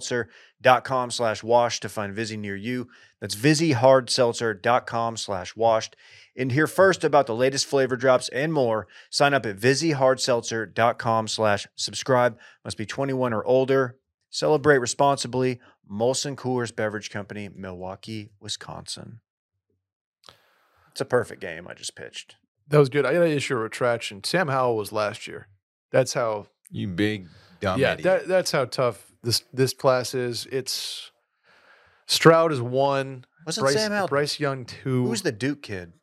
Speaker 2: VizzyHardSeltzer.com slash wash to find Vizzy near you. That's VizzyHardSeltzer.com slash washed. And hear first about the latest flavor drops and more. Sign up at VizzyHardSeltzer.com slash subscribe. Must be 21 or older. Celebrate responsibly. Molson Coors Beverage Company, Milwaukee, Wisconsin. It's a perfect game I just pitched.
Speaker 4: That was good. I gotta issue a retraction. Sam Howell was last year. That's how
Speaker 3: You big
Speaker 2: Oh,
Speaker 3: dumb
Speaker 4: yeah,
Speaker 3: idiot.
Speaker 4: that, that's how tough this this class is. It's Stroud is one,
Speaker 2: Wasn't
Speaker 4: Bryce,
Speaker 2: Sam out?
Speaker 4: Bryce Young two.
Speaker 2: Who's the Duke kid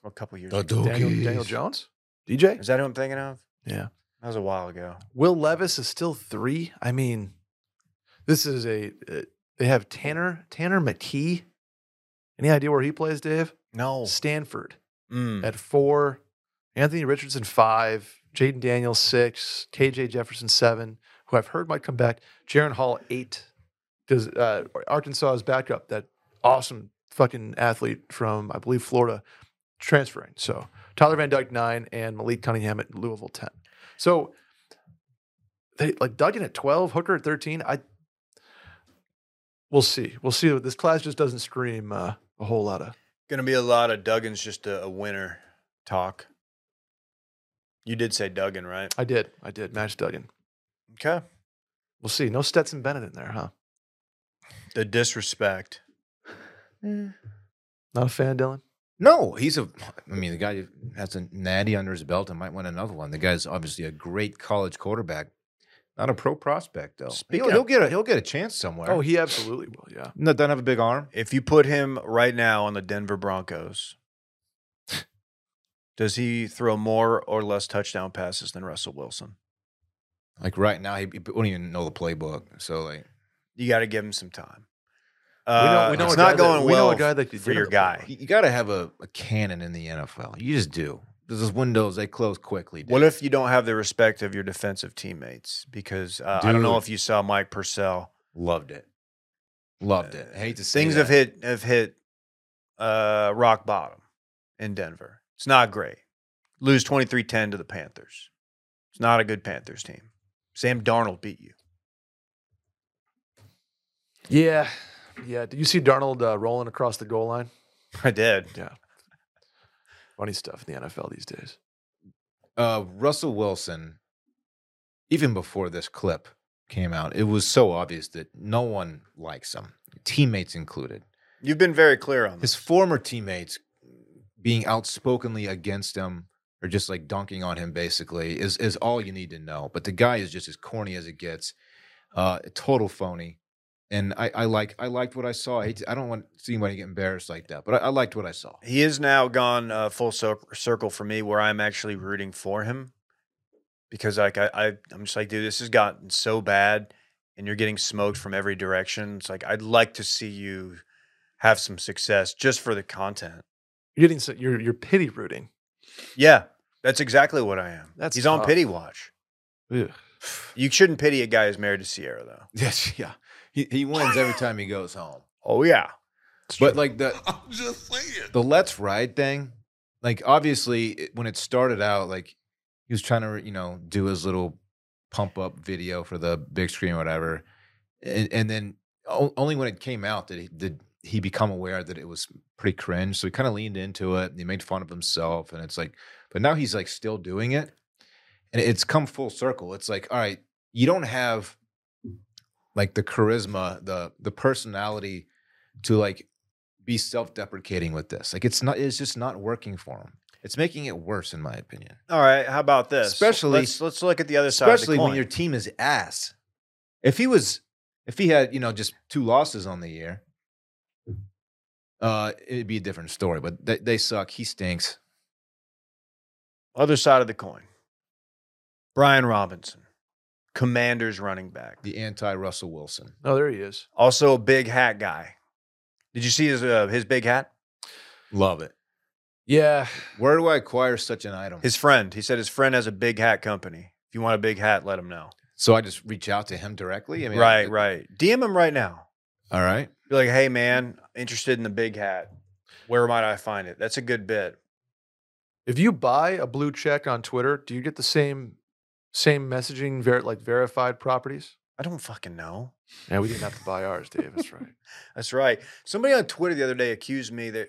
Speaker 2: from a couple years ago?
Speaker 4: Daniel, Daniel Jones? DJ?
Speaker 2: Is that who I'm thinking of?
Speaker 4: Yeah.
Speaker 2: That was a while ago.
Speaker 4: Will Levis is still three. I mean, this is a uh, they have Tanner Tanner McKee. Any idea where he plays, Dave?
Speaker 2: No.
Speaker 4: Stanford
Speaker 2: Mm.
Speaker 4: at four, Anthony Richardson five, Jaden Daniels six, KJ Jefferson seven, who I've heard might come back. Jaron Hall eight, Because uh, Arkansas's backup, that awesome fucking athlete from, I believe, Florida, transferring. So Tyler Van Dyke, nine, and Malik Cunningham at Louisville, 10. So they like Duggan at 12, Hooker at 13. I We'll see. We'll see. This class just doesn't scream uh, a whole lot of.
Speaker 2: Going to be a lot of Duggan's just a, a winner talk. You did say Duggan, right?
Speaker 4: I did. I did. Match Duggan.
Speaker 2: Okay.
Speaker 4: We'll see. No Stetson Bennett in there, huh?
Speaker 2: The disrespect.
Speaker 4: Not a fan, Dylan.
Speaker 3: No, he's a. I mean, the guy has a natty under his belt and might win another one. The guy's obviously a great college quarterback, not a pro prospect though.
Speaker 2: Speaking
Speaker 3: He'll, he'll
Speaker 2: of-
Speaker 3: get a he'll get a chance somewhere.
Speaker 4: Oh, he absolutely will. Yeah.
Speaker 3: no, doesn't have a big arm.
Speaker 2: If you put him right now on the Denver Broncos, does he throw more or less touchdown passes than Russell Wilson?
Speaker 3: Like right now, he, he wouldn't even know the playbook. So like,
Speaker 2: You got to give him some time.
Speaker 4: know-
Speaker 2: Uh,
Speaker 4: we know
Speaker 2: it's
Speaker 4: a
Speaker 2: not
Speaker 4: guy that-
Speaker 2: going
Speaker 4: we know a
Speaker 2: well
Speaker 4: guy that could
Speaker 2: for
Speaker 4: get
Speaker 2: your
Speaker 4: him the
Speaker 2: guy.
Speaker 3: you, got to have a, a cannon in the NFL. You just do. Those windows they close quickly. dude.
Speaker 2: What if you don't have the respect of your defensive teammates? Because uh, I don't know
Speaker 3: Dude.
Speaker 2: if you saw Mike Purcell. Uh,
Speaker 3: Loved it. Loved it. I hate to say
Speaker 2: Things
Speaker 3: that.
Speaker 2: have hit have hit uh, rock bottom in Denver. It's not great. Lose 23-10 to the Panthers. It's not a good Panthers team. Sam Darnold beat you.
Speaker 4: Yeah. Yeah. Did you see Darnold uh, rolling across the goal line?
Speaker 2: I did.
Speaker 4: Funny stuff in the NFL these days.
Speaker 3: uh, Russell Wilson, even before this clip came out, it was so obvious that no one likes him, teammates included.
Speaker 2: You've been very clear on this.
Speaker 3: His former teammates being outspokenly against him or just like dunking on him basically is is all you need to know. But the guy is just as corny as it gets, uh, a total phony. And I, I like I liked what I saw. I, hate to- I don't want to see anybody get embarrassed like that, but I, I liked what I saw.
Speaker 2: He is now gone uh, full cir- circle for me, where I'm actually rooting for him because like I, I I'm just like, dude, this has gotten so bad, and you're getting smoked from every direction. It's like I'd like to see you have some success just for the content.
Speaker 4: You're getting so, you're you're pity rooting.
Speaker 2: Yeah, that's exactly what I am.
Speaker 4: That's
Speaker 2: he's on
Speaker 4: tough.
Speaker 2: pity watch. You shouldn't pity a guy who's married to Sierra though.
Speaker 3: Yes, yeah. He he wins every time he goes home.
Speaker 2: Oh yeah,
Speaker 3: But like the, I'm just saying the "Let's Ride" thing. Like obviously, it, when it started out, like he was trying to you know do his little pump up video for the big screen or whatever, and, and then o- only when it came out that he did he become aware that it was pretty cringe. So he kind of leaned into it. And he made fun of himself, and it's like, but now he's like still doing it, and it's come full circle. It's like, all right, you don't have like the charisma, the the personality to like be self-deprecating with this. Like it's not it's just not working for him. It's making it worse in my opinion.
Speaker 2: all right. How about this?
Speaker 3: Especially-
Speaker 2: let's, let's look at the other side.
Speaker 3: Especially
Speaker 2: of the
Speaker 3: when
Speaker 2: coin.
Speaker 3: your team is ass. If he was if he had, you know, just two losses on the year, uh it'd be a different story, but they, they suck. He stinks.
Speaker 2: Other side of the coin. Brian Robinson, Commanders running back.
Speaker 3: The anti-Russell Wilson.
Speaker 4: Oh, there he is.
Speaker 2: Also a big hat guy. Did you see his uh, his big hat?
Speaker 3: Love it.
Speaker 4: Yeah.
Speaker 3: Where do I acquire such an item?
Speaker 2: His friend. He said his friend has a big hat company. If you want a big hat, let him know.
Speaker 3: so I just reach out to him directly? I mean,
Speaker 2: right,
Speaker 3: I-
Speaker 2: right. DM him right now.
Speaker 3: All right.
Speaker 2: Be like, hey man, interested in the big hat. Where might I find it? That's a good bit.
Speaker 4: If you buy a blue check on Twitter, do you get the same same messaging ver- like verified properties?
Speaker 2: I don't fucking know.
Speaker 4: Yeah, we didn't have to buy ours, Dave. That's right.
Speaker 2: That's right. Somebody on Twitter the other day accused me that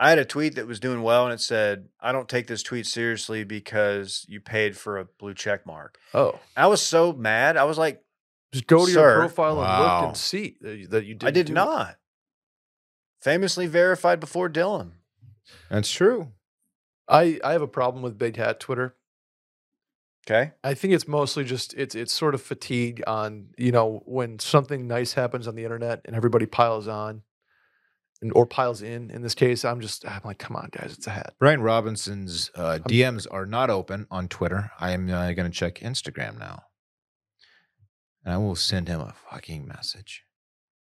Speaker 2: I had a tweet that was doing well and it said, I don't take this tweet seriously because you paid for a blue check mark.
Speaker 4: Oh,
Speaker 2: I was so mad. I was like,
Speaker 4: just go to
Speaker 2: Sir.
Speaker 4: your profile and look
Speaker 3: Wow.
Speaker 4: and see that you, that you did.
Speaker 2: I did
Speaker 4: do it.
Speaker 2: not. Famously verified before Dylan.
Speaker 3: That's true.
Speaker 4: I I have a problem with big hat Twitter.
Speaker 2: Okay.
Speaker 4: I think it's mostly just it's it's sort of fatigue on you know when something nice happens on the internet and everybody piles on, and or piles in. In this case, I'm just I'm like, come on, guys, it's a hat.
Speaker 3: Brian Robinson's
Speaker 2: Um
Speaker 3: uh, DMs are not open on Twitter. I am uh, going to check Instagram now. And I will send him a fucking message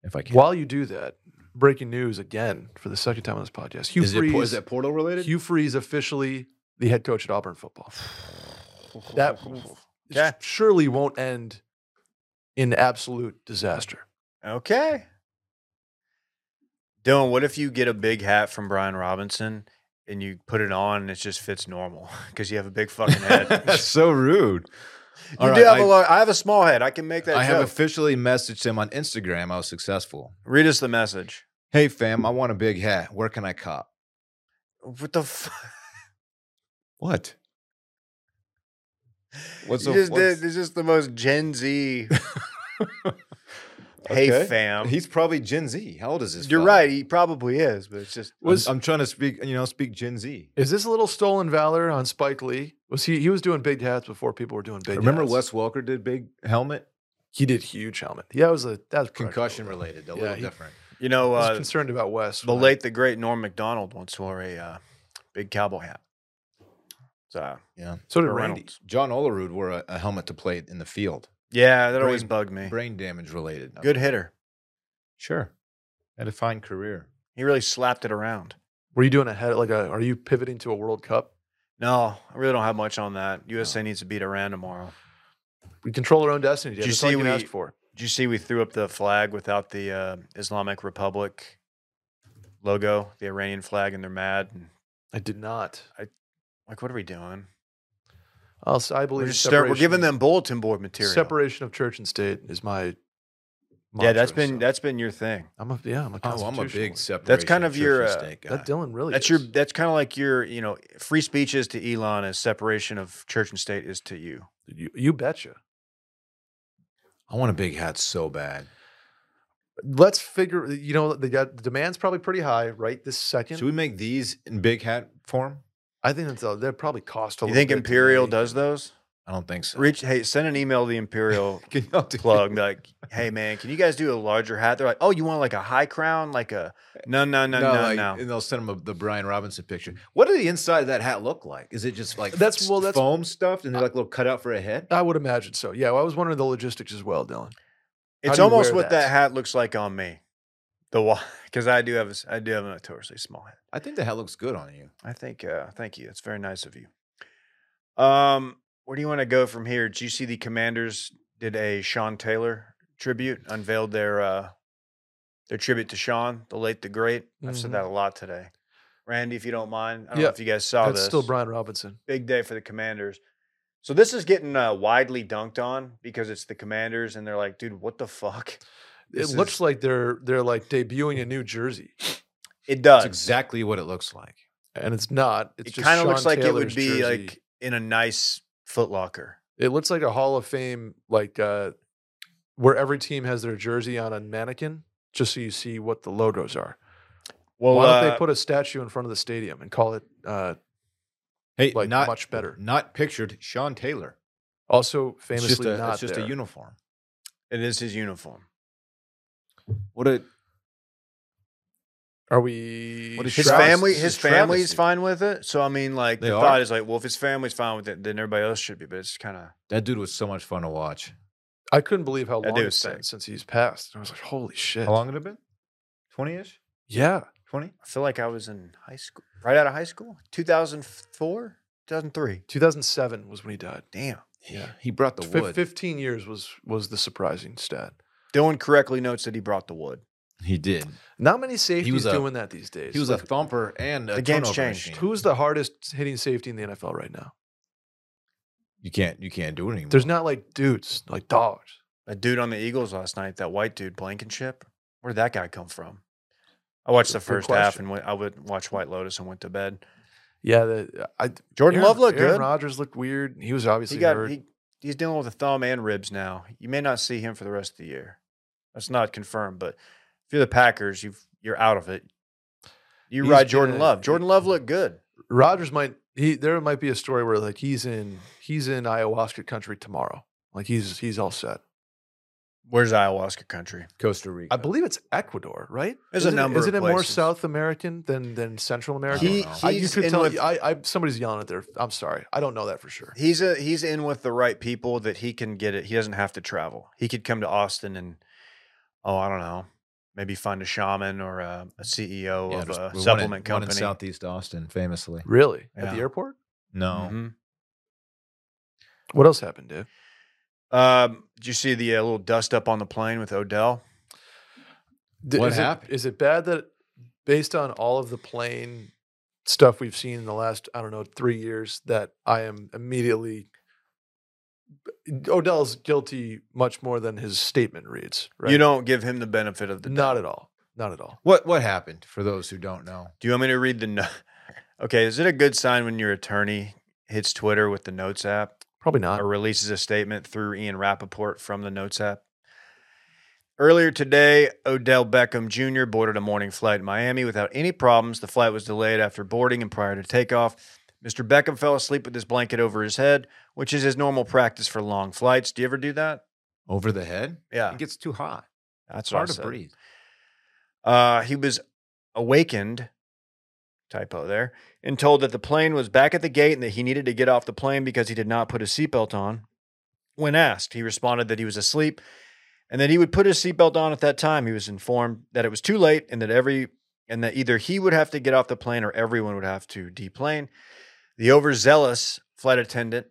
Speaker 3: if I can.
Speaker 4: While you do that, breaking news again for the second time on this podcast. Hugh
Speaker 3: Is it,
Speaker 4: Freeze,
Speaker 3: po- is it portal related?
Speaker 4: Hugh Freeze officially the head coach at Auburn football. That
Speaker 2: Okay.
Speaker 4: surely won't end in absolute disaster.
Speaker 2: Okay. Dylan, what if you get a big hat from Brian Robinson and you put it on and it just fits normal because you have a big fucking head?
Speaker 3: That's so rude.
Speaker 2: you
Speaker 3: All
Speaker 2: do
Speaker 3: right,
Speaker 2: have a lar- I have a small head. I can make that
Speaker 3: I have
Speaker 2: joke.
Speaker 3: officially messaged him on Instagram. I was successful.
Speaker 2: Read us the message.
Speaker 3: Hey fam, I want a big hat. Where can I cop?
Speaker 2: What the fuck?
Speaker 3: What? What's
Speaker 2: You
Speaker 3: up?
Speaker 2: just did, this is the most Gen Z. Hey,
Speaker 3: Okay.
Speaker 2: fam.
Speaker 3: He's probably Gen Z. How old is this?
Speaker 2: You're
Speaker 3: fella?
Speaker 2: right. He probably is, but it's just.
Speaker 4: Was-
Speaker 3: I'm, I'm trying to speak, you know, speak Gen Z.
Speaker 4: Is this a little stolen valor on Spike Lee? Was he he was doing big hats before people were doing big
Speaker 3: Remember
Speaker 4: hats.
Speaker 3: Wes Welker did big helmet?
Speaker 4: He did huge helmet. Yeah, it was a that was pretty
Speaker 3: Concussion
Speaker 4: cool.
Speaker 3: related, a
Speaker 4: Yeah,
Speaker 3: little
Speaker 4: he-
Speaker 3: different.
Speaker 2: You know,
Speaker 4: I was
Speaker 2: uh,
Speaker 4: concerned about Wes.
Speaker 2: the
Speaker 4: when I-
Speaker 2: late, the great Norm MacDonald once wore a uh, big cowboy hat. So,
Speaker 4: so did
Speaker 2: or
Speaker 4: Randy.
Speaker 2: Reynolds.
Speaker 3: John Olerud wore a, a helmet to play in the field.
Speaker 2: Yeah, that always
Speaker 3: Brain-
Speaker 2: bugged me.
Speaker 3: Brain damage related.
Speaker 2: Good hitter.
Speaker 3: Sure. Had a fine career.
Speaker 2: He really slapped it around.
Speaker 4: Were you doing a head like a? Are you pivoting to a World Cup?
Speaker 2: No, I really don't have much on that. USA needs to beat Iran tomorrow.
Speaker 4: We control our own destiny. Did
Speaker 2: Did you
Speaker 4: you see
Speaker 2: see
Speaker 4: you can
Speaker 2: we-
Speaker 4: ask for?
Speaker 2: Did you see we threw up the flag without the uh, Islamic Republic logo, the Iranian flag, and they're mad. And,
Speaker 4: I did not.
Speaker 2: like, what are we doing?
Speaker 4: I'll, si believe
Speaker 2: We're,
Speaker 4: in
Speaker 2: just start, we're
Speaker 4: separation-
Speaker 2: giving them bulletin board material.
Speaker 4: separation of church and state is my.
Speaker 2: Yeah, that's
Speaker 4: mantra,
Speaker 2: been
Speaker 4: so.
Speaker 2: that's been your thing.
Speaker 4: I'm a yeah. I'm a
Speaker 3: Oh, I'm a big
Speaker 4: constitutionalist.
Speaker 3: separation.
Speaker 2: That's kind of
Speaker 3: church
Speaker 2: your,
Speaker 3: and
Speaker 2: uh,
Speaker 3: state guy.
Speaker 4: That Dylan really.
Speaker 2: That's
Speaker 4: is.
Speaker 2: your that's kind of like your you know free speech is to Elon as separation of church and state is to you.
Speaker 4: You, you betcha.
Speaker 3: I want a big hat so bad.
Speaker 4: Let's figure. You know, they got the demand's probably pretty high right this second.
Speaker 3: Should we make these in big hat form?
Speaker 4: I think that's a, that probably cost a
Speaker 2: you
Speaker 4: little
Speaker 2: think
Speaker 4: bit to
Speaker 2: Imperial
Speaker 4: make.
Speaker 2: does those?
Speaker 3: I don't think so.
Speaker 2: Reach hey, send an email to the Imperial
Speaker 3: Can y'all do-
Speaker 2: plug and be like, hey man, can you guys do a larger hat? They're like, oh, you want like a high crown, like a
Speaker 4: Eh,
Speaker 2: no, no, no, no, no.
Speaker 3: like- And they'll send them a, the Brian Robinson picture. What did the inside of that hat look like? Is it just like
Speaker 4: That's-
Speaker 3: s-
Speaker 4: well, that's-
Speaker 3: foam stuffed and they're like a little cutout for a head?
Speaker 4: I would imagine so. Yeah, well, I was wondering the logistics as well, Dylan.
Speaker 2: It's
Speaker 4: do you
Speaker 2: almost
Speaker 4: wear
Speaker 2: what that?
Speaker 4: that?
Speaker 2: hat looks like on me. The because I do have a, s- I do have a notoriously small head.
Speaker 3: I think the hat looks good on you.
Speaker 2: I think uh, thank you. It's very nice of you. Um, where do you want to go from here? Did you see the Commanders did a Sean Taylor tribute? Unveiled their uh, their tribute to Sean, the late, the great. I've said
Speaker 4: Mhm.
Speaker 2: that a lot today. Randy, if you don't mind, I don't
Speaker 4: Yeah,
Speaker 2: know if you guys saw
Speaker 4: That's
Speaker 2: this.
Speaker 4: still Brian Robinson.
Speaker 2: big day for the commanders so this is getting uh, widely dunked on because it's the commanders and they're like dude what the fuck
Speaker 4: It
Speaker 3: This
Speaker 4: looks
Speaker 3: is-
Speaker 4: like they're they're like debuting a new jersey,
Speaker 2: it
Speaker 3: That's
Speaker 2: does
Speaker 3: exactly what it looks like.
Speaker 4: and it's not. It's
Speaker 2: it
Speaker 4: just
Speaker 2: kind of
Speaker 4: Sean
Speaker 2: looks like it
Speaker 4: Taylor's
Speaker 2: would be
Speaker 4: jersey.
Speaker 2: like in a nice footlocker
Speaker 4: it looks like a Hall of Fame like uh, where every team has their jersey on a mannequin, just so you see what the logos are.
Speaker 2: well
Speaker 4: Why don't
Speaker 2: uh,
Speaker 4: they put a statue in front of the stadium and call it uh,
Speaker 3: Hey,
Speaker 4: like
Speaker 3: not
Speaker 4: much better?
Speaker 3: Not pictured Sean Taylor.
Speaker 4: Also,
Speaker 3: It's
Speaker 4: famously
Speaker 3: just a,
Speaker 4: not
Speaker 3: it's just
Speaker 4: there.
Speaker 3: a uniform.
Speaker 2: it is his uniform
Speaker 3: What a
Speaker 4: Are we?
Speaker 3: What is
Speaker 2: his
Speaker 3: Trav-
Speaker 2: family
Speaker 3: this
Speaker 2: his
Speaker 3: is
Speaker 2: family's
Speaker 3: travesty.
Speaker 2: fine with it so i mean like
Speaker 3: They
Speaker 2: the
Speaker 3: are?
Speaker 2: thought is like well if his family's fine with it then everybody else should be but it's kind of
Speaker 3: that dude was so much fun to watch.
Speaker 4: I couldn't believe how
Speaker 2: That
Speaker 4: long
Speaker 2: dude
Speaker 4: it's
Speaker 2: was
Speaker 4: been
Speaker 2: sick.
Speaker 4: since he's passed. And I was like, holy shit!
Speaker 3: How long had it been? Twenty ish?
Speaker 4: Yeah,
Speaker 3: Twenty?
Speaker 2: i feel like i was in high school right out of high school 2004 2003
Speaker 4: 2007 was when he died.
Speaker 2: damn
Speaker 4: Yeah.
Speaker 3: He brought the
Speaker 4: Fif-
Speaker 3: wood.
Speaker 4: 15 years was was the surprising stat.
Speaker 2: dylan correctly notes that he brought the wood
Speaker 3: He did.
Speaker 4: Not many safeties
Speaker 3: a-
Speaker 4: doing that these days.
Speaker 3: He was a
Speaker 4: Like,
Speaker 3: thumper and a
Speaker 2: The game's
Speaker 3: turnover
Speaker 2: changed.
Speaker 3: machine.
Speaker 4: who's the hardest hitting safety in the NFL right now?
Speaker 3: You can't you can't do it anymore.
Speaker 4: There's not like dudes, like dogs.
Speaker 2: That dude on the Eagles last night, that white dude, Blankenship, where did that guy come from? I watched the
Speaker 4: Good
Speaker 2: first half
Speaker 4: question.
Speaker 2: and went, I would watch White Lotus and went to bed.
Speaker 4: Yeah, the, I
Speaker 2: Jordan
Speaker 4: Aaron-
Speaker 2: Love looked
Speaker 4: Aaron
Speaker 2: good.
Speaker 4: Rodgers looked weird. He was obviously
Speaker 2: he got
Speaker 4: hurt.
Speaker 2: he, he's dealing with a thumb and ribs now. You may not see him for the rest of the year. That's not confirmed, but if you're the Packers, you you're out of it. You
Speaker 4: He's
Speaker 2: ride Jordan
Speaker 4: been-
Speaker 2: Love. Jordan Love looked good.
Speaker 4: Rodgers might he there might be a story where like he's in he's in ayahuasca country tomorrow. Like he's he's all set.
Speaker 2: Where's ayahuasca country?
Speaker 3: Costa Rica.
Speaker 4: I believe it's Ecuador, right?
Speaker 2: There's a
Speaker 4: Isn't it-
Speaker 2: number
Speaker 4: Isn't
Speaker 2: of
Speaker 4: it more
Speaker 2: places.
Speaker 4: South American than than Central American?
Speaker 2: He,
Speaker 3: know.
Speaker 4: I, you
Speaker 2: he's
Speaker 4: could
Speaker 2: in
Speaker 4: tell.
Speaker 2: with,
Speaker 4: I, I somebody's yelling at their. I'm sorry, I don't know that for sure.
Speaker 2: he's a he's in with the right people that he can get it. He doesn't have to travel. He could come to Austin and oh, I don't know, maybe find a shaman or a, a CEO
Speaker 3: Yeah,
Speaker 2: of
Speaker 3: there's-
Speaker 2: a
Speaker 3: we
Speaker 2: supplement
Speaker 3: won in, One in
Speaker 2: company.
Speaker 3: Southeast Austin, famously.
Speaker 4: Really, at
Speaker 2: Yeah.
Speaker 4: the airport?
Speaker 3: No.
Speaker 2: Mhm.
Speaker 4: What else happened, Dave?
Speaker 2: Um, did you see the uh, little dust up on the plane with Odell?
Speaker 4: D-
Speaker 3: What
Speaker 4: is
Speaker 3: happened?
Speaker 4: It, is it bad that, based on all of the plane stuff we've seen in the last, I don't know, three years, that I am immediately uh, Odell's guilty much more than his statement reads. Right?
Speaker 2: You don't give him the benefit of the doubt.
Speaker 4: not at all, not at all.
Speaker 3: What what happened for those who don't know?
Speaker 2: Do you want me to read the no- Okay, is it a good sign when your attorney hits Twitter with the Notes app? uh,
Speaker 4: Probably not.
Speaker 2: or releases a statement through Ian Rappaport from the Notes app. Earlier today, Odell Beckham Jr. boarded a morning flight in Miami without any problems. The flight was delayed after boarding and prior to takeoff. Mr. Beckham fell asleep with his blanket over his head, which is his normal practice for long flights. Do you ever do that?
Speaker 3: Over the head?
Speaker 2: Yeah,
Speaker 3: It gets too hot.
Speaker 2: that's
Speaker 3: It's
Speaker 2: what I
Speaker 3: hard to
Speaker 2: said.
Speaker 3: breathe.
Speaker 2: Uh, he was awakened, typo there, and told that the plane was back at the gate and that he needed to get off the plane because he did not put his seatbelt on. When asked, he responded that he was asleep and that he would put his seatbelt on at that time. He was informed that it was too late and that every and that either he would have to get off the plane or everyone would have to deplane. The overzealous flight attendant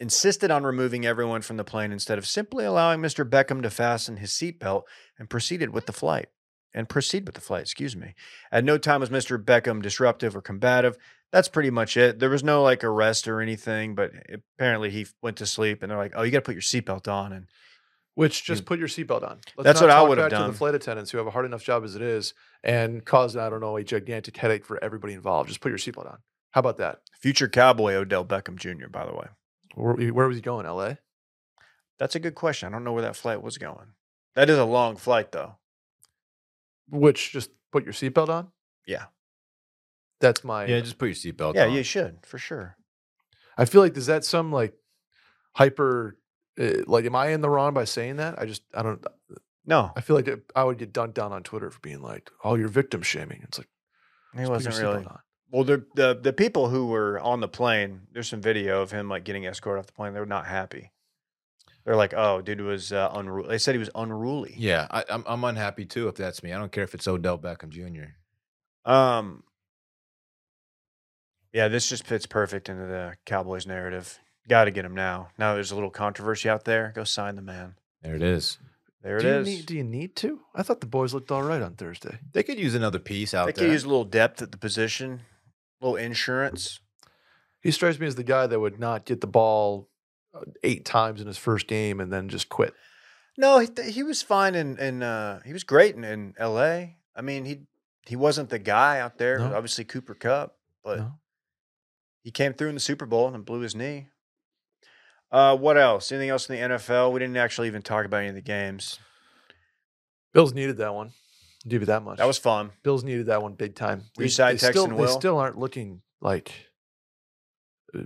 Speaker 2: insisted on removing everyone from the plane instead of simply allowing Mr. Beckham to fasten his seatbelt and proceeded with the flight and proceed with the flight. Excuse me. At no time was Mr. Beckham disruptive or combative. That's pretty much it. There was no like arrest or anything, but apparently he f- went to sleep and they're like, "Oh, you got to put your seatbelt on." And
Speaker 4: Which just put your seatbelt on. Let's
Speaker 2: That's
Speaker 4: not
Speaker 2: what I
Speaker 4: talk
Speaker 2: would've
Speaker 4: back To
Speaker 2: done.
Speaker 4: the flight attendants who have a hard enough job as it is and cause I don't know a gigantic headache for everybody involved. Just put your seatbelt on. How about that?
Speaker 2: future Cowboy Odell Beckham Jr. By the way,
Speaker 4: Where, where was he going? L.A.
Speaker 2: that's a good question. I don't know where that flight was going. That is a long flight though.
Speaker 4: Which just put your seatbelt on.
Speaker 2: Yeah.
Speaker 4: That's my.
Speaker 3: Yeah, just put your
Speaker 4: Oh,
Speaker 3: seatbelt
Speaker 2: yeah,
Speaker 3: on.
Speaker 2: you should for sure.
Speaker 4: I feel like is that some like hyper uh, like am I in the wrong by saying that? I just I don't
Speaker 2: No,
Speaker 4: I feel like it, I would get dunked down on Twitter for being like, "Oh, you're victim shaming." It's like
Speaker 2: he
Speaker 4: "Just put
Speaker 2: wasn't
Speaker 4: your seatbelt
Speaker 2: really.
Speaker 4: on."
Speaker 2: Well, the, the the people who were on the plane, there's some video of him like getting escorted off the plane. They were not happy. They're like, "Oh, dude was uh, unruly." They said he was unruly.
Speaker 3: Yeah, I, I'm I'm unhappy too if that's me. I don't care if it's Odell Beckham Jr.
Speaker 2: Um. Yeah, this just fits perfect into the Cowboys narrative. Got to get him now. Now there's a little controversy out there. Go sign the man.
Speaker 3: There it is.
Speaker 2: There it
Speaker 4: do you
Speaker 2: is.
Speaker 4: Need, do you need to? I thought the boys looked all right on Thursday.
Speaker 3: They could use another piece out
Speaker 2: They
Speaker 3: there.
Speaker 2: could use a little depth at the position, a little insurance.
Speaker 4: He strikes me as the guy that would not get the ball uh, eight times in his first game and then just quit.
Speaker 2: No, he, th- he was fine in in uh, he was great in, in L.A. I mean he he wasn't the guy out there.
Speaker 4: No.
Speaker 2: Obviously Cooper Cup, but
Speaker 4: No.
Speaker 2: he came through in the Super Bowl and blew his knee. Uh, what else? Anything else in the NFL? We didn't actually even talk about any of the games.
Speaker 4: Bills needed that one. I'll give you that much.
Speaker 2: That was fun.
Speaker 4: Bills needed that one big time.
Speaker 2: Were you side
Speaker 4: still,
Speaker 2: texting
Speaker 4: They
Speaker 2: Will?
Speaker 4: still aren't looking like uh,